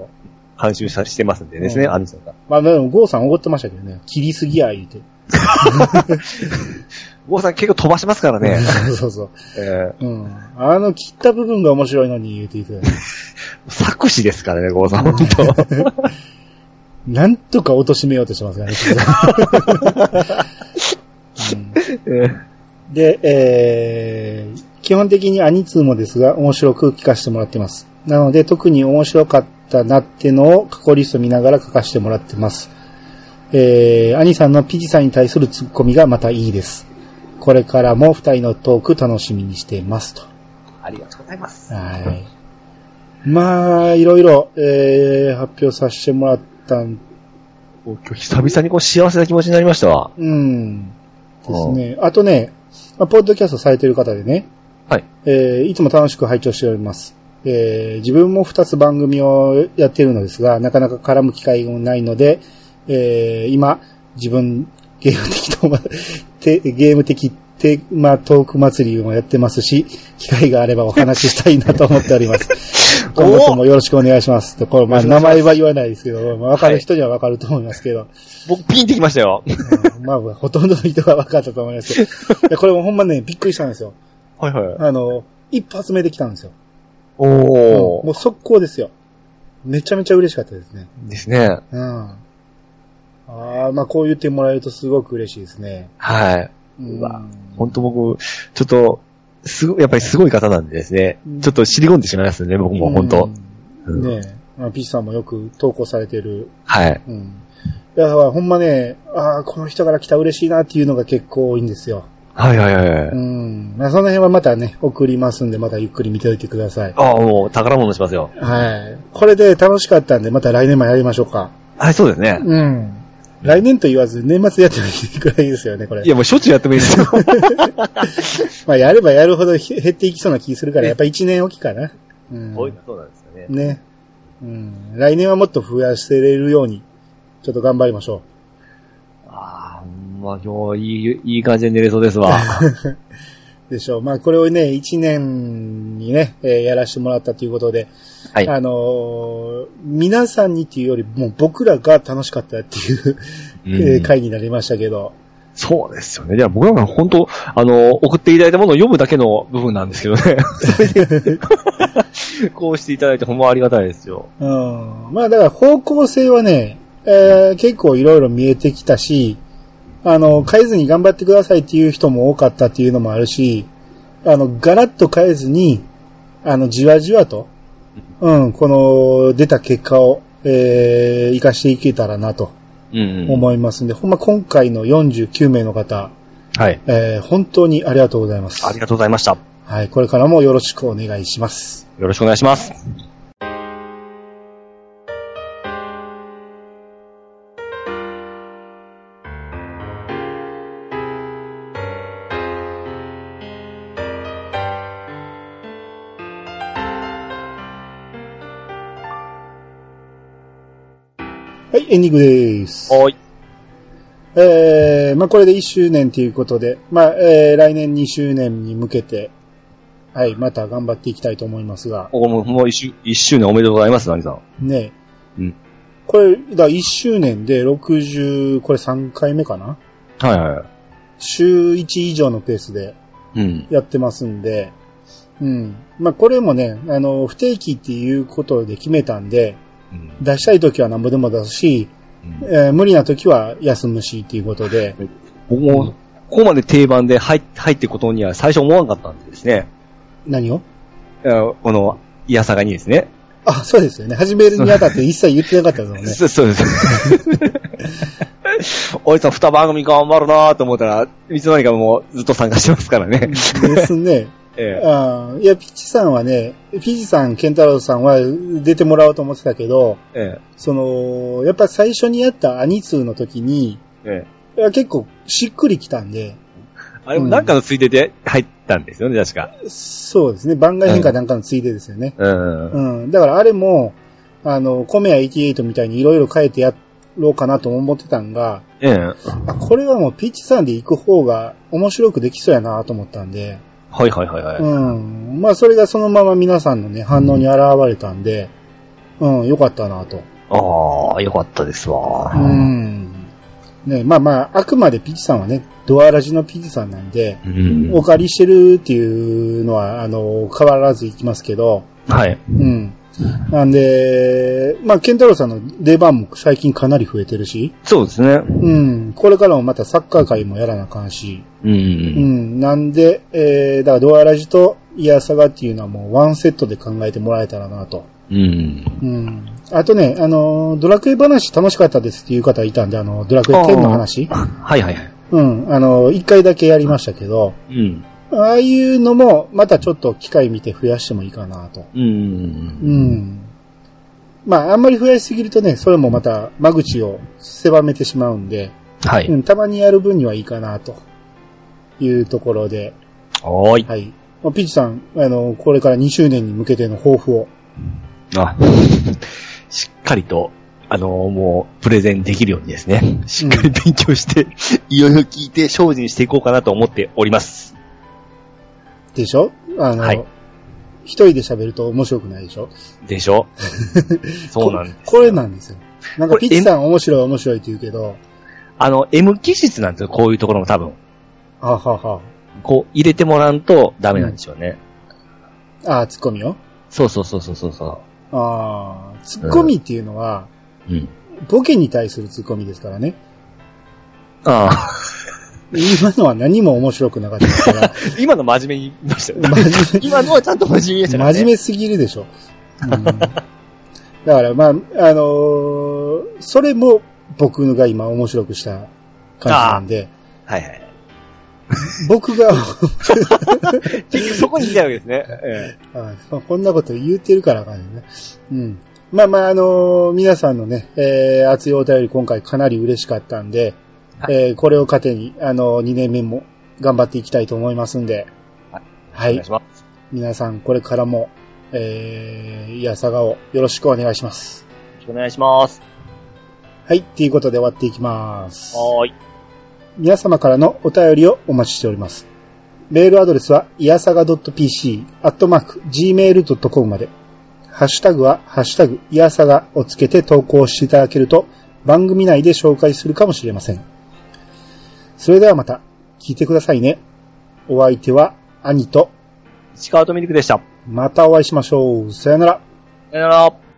う。監修さしてますんでですね、うんアミさんが。まあ、でも、ゴーさん怒ってましたけどね、切りすぎや、言うて。 ゴーさん結構飛ばしますからね。そうそうそう。えうん。あの、切った部分が面白いのに、言うていて。ー、作詞ですからね、ゴーさん、本当。なんとか貶としめようとしてますからね、うんえーで、えー、基本的にアニツーもですが、面白く聞かせてもらってます。なので、特に面白かったなってのを過去リスト見ながら書かせてもらってます。えー、アニさんのピジさんに対するツッコミがまたいいです。これからも二人のトーク楽しみにしていますと。ありがとうございます。はい。まあ、いろいろ、えー、発表させてもらったん、もう今日久々にこう幸せな気持ちになりましたわ。うん、ですね。あとね、まあポッドキャストされてる方でね、はい。えーいつも楽しく拝聴しております。えー自分も2つ番組をやっているのですが、なかなか絡む機会もないので、えー今、自分、ゲーム的と、 てゲーム的テーマトーク祭りもやってますし、機会があればお話ししたいなと思 っております。今後ともよろしくお願いします。とこれ、まあ、名前は言わないですけど、まあわかる人にはわかると思いますけど、僕ピンってきましたよ。うんまあ、ほとんどの人がわかったと思いますけど、いやこれもほんまね、びっくりしたんですよ。はいはい。あの、一発目で来たんですよ。おもう速攻ですよ。めちゃめちゃ嬉しかったですね。ー。ですね。うん。ああ、まあこう言ってもらえるとすごく嬉しいですね。はい。うんうわ本当僕、ちょっと、すご、やっぱりすごい方なんでですねうん。ちょっと尻込んでしまいますね、僕も本当。ううんんねえ。まあ、ピッチさんもよく投稿されてる。はい。うん。だからほんまね、ああ、この人から来た嬉しいなっていうのが結構多いんですよ。はいはいはいはうい。ん。まあその辺はまたね、送りますんで、またゆっくり見ておいてください。ああ、もう宝物しますよ。はい。これで楽しかったんで、また来年もやりましょうか。はい、そうですね。うん。来年と言わず、年末やってもいいくらいですよね、これい。や、もうしょっちゅうやってもいいですよ。まあ、やればやるほどひ減っていきそうな気するから、やっぱ一年おきかな。うん。 そうなんですよね。ね。うん。来年はもっと増やせれるように、ちょっと頑張りましょああ、まあ今日、いい、いい感じで寝れそうです わ。う。でしょう。まあ、これをね、一年にね、えーやらせてもらったということで、はい。あのー皆さんにっていうより、もう僕らが楽しかったっていう、 えーうん回になりましたけど、そうですよね。じゃあ僕らが本当、あの、送っていただいたものを読むだけの部分なんですけどね。 それでこうしていただいてほんまありがたいですよ。うん。まあだから方向性はね、えー結構いろいろ見えてきたし、あの、変えずに頑張ってくださいっていう人も多かったっていうのもあるし、あの、ガラッと変えずに、あの、じわじわと、うん、この出た結果を、えー、活かしていけたらなとうん、うん。思いますんで、ほんま今回の49名の方、はい。えー本当にありがとうございますあ。りがとうございました。はい、これからもよろしくお願いします。よろしくお願いします。はい、エンディングです。おい。えー、まあこれで1周年ということで、まあ、えー、来年2周年に向けて、はい、また頑張っていきたいと思いますが、おもう、もう一周、一周年おめでとうございます、何さん。ね。うん。これ、だ1周年で60、これ3回目かなはいはい。週1以上のペースで、うん。やってますんで、うん。まあ、これもね、あの、不定期っていうことで決めたんで、うん。出したい時は何ぼでも出すし、うんえー無理な時は休むしっていうことで、僕も、ここまで定番で入っ入っていくことには最初思わなかったんですね。何をあのこの、いやさがにですね。あ、そうですよね。始めるにあたって一切言ってなかったですもんね。そそうです。 おじさん、二番組頑張るなーと思ったら、いつの間にかもうずっと参加してますからね。ですね。 ええあーいや、ピッチさんはね、ピッチさん、ケンタロウさんは出てもらおうと思ってたけど、えその、やっぱ最初にやったアニツーの時に、えええいや結構しっくりきたんで、あれもなんかのついでで入ったんですよね、確か。そうですね、番外変化なんかのついでですよね。うん。うん。だからあれも、あの、コメア88みたいにいろいろ変えてやろうかなとも思ってたんが、ええはあこれはもうピッチさんで行く方が面白くできそうやなと思ったんで、いはいはいはい。うん。まあそれがそのまま皆さんのね、反応に現れたんで、うん、よかったなと。ああ、よかったですわ。うん。ね、まあまあ、あくまでピッチさんはね、ドアラジのピッチさんなんで、うんお借りしてるっていうのは、あの、変わらずいきますけど、はい。うん。なんで、まあ、ケンタロウさんの出番も最近かなり増えてるし、そうですね。うん。これからもまたサッカー界もやらなあかんし、うん。ううんん。なんで、えー、だからドアラジとイヤサガっていうのはもうワンセットで考えてもらえたらなと。うん。うん。あとね、あの、ドラクエ話楽しかったですっていう方いたんで、あの、ドラクエ10の話。はいはいはい。うん。あの、一回だけやりましたけど、うん。ああいうのも、またちょっと機会見て増やしてもいいかなと。うんうんうん。まあ、あんまり増やしすぎるとね、それもまた間口を狭めてしまうんで、うん。はうい。ん、たまにやる分にはいいかな、というところで、おーい。はい。まあピッチさん、あの、これから2周年に向けての抱負を。あ、 しっかりと、あのもう、プレゼンできるようにですね、しっかり勉 強して、いろいろ聞いて、精進していこうかなと思っております。でしょあの、はい一人で喋ると面白くないでしょで しょそうなんですよここれなんですよ。なんかこピれッチさん面白い面白いって言うけど、あの、M 気質なんですよ、こういうところも多分。あははこう、入れてもらうとダメなんでしょうね。ああ、ツッコミよ。そうそうそうそうそうそああ、ツッコミっていうのは、う。うん。ボケに対するツッコミですからね。ああ、 今のは何も面白くなかったから、今の真面目に言いましたよ。真面今のはちゃんと真面目でしたから目、ね。真面目すぎるでしょ。 うん、だから、まあ、あのーそれも僕が今面白くした感じなんで、はいはい。僕が、結局そこに行きたいわけですね。えあこんなこと言うてるからあかんよね。うん。まあまあ、あのー皆さんのね、えー、熱いお便り今回かなり嬉しかったんで、はいえーこれを糧に、あのー、2年目も頑張っていきたいと思いますんで、はいはえおい願い。します。皆さんこれからも、えー、いやさがをよろしくお願いします。よろしくお願いします。はい、っていうことで終わっていきます。はーい。皆様からのお便りをお待ちしております。メールアドレスは、いやさが .pc、アットマーク、gmail.com まで。ハッシュタグは、ハッシュタグ、いやさがをつけて投稿していただけると、番組内で紹介するかもしれません。それではまた、聞いてくださいね。お相手は、兄と、石川とミルクでした。またお会いしましょう。さよなら。さよなら。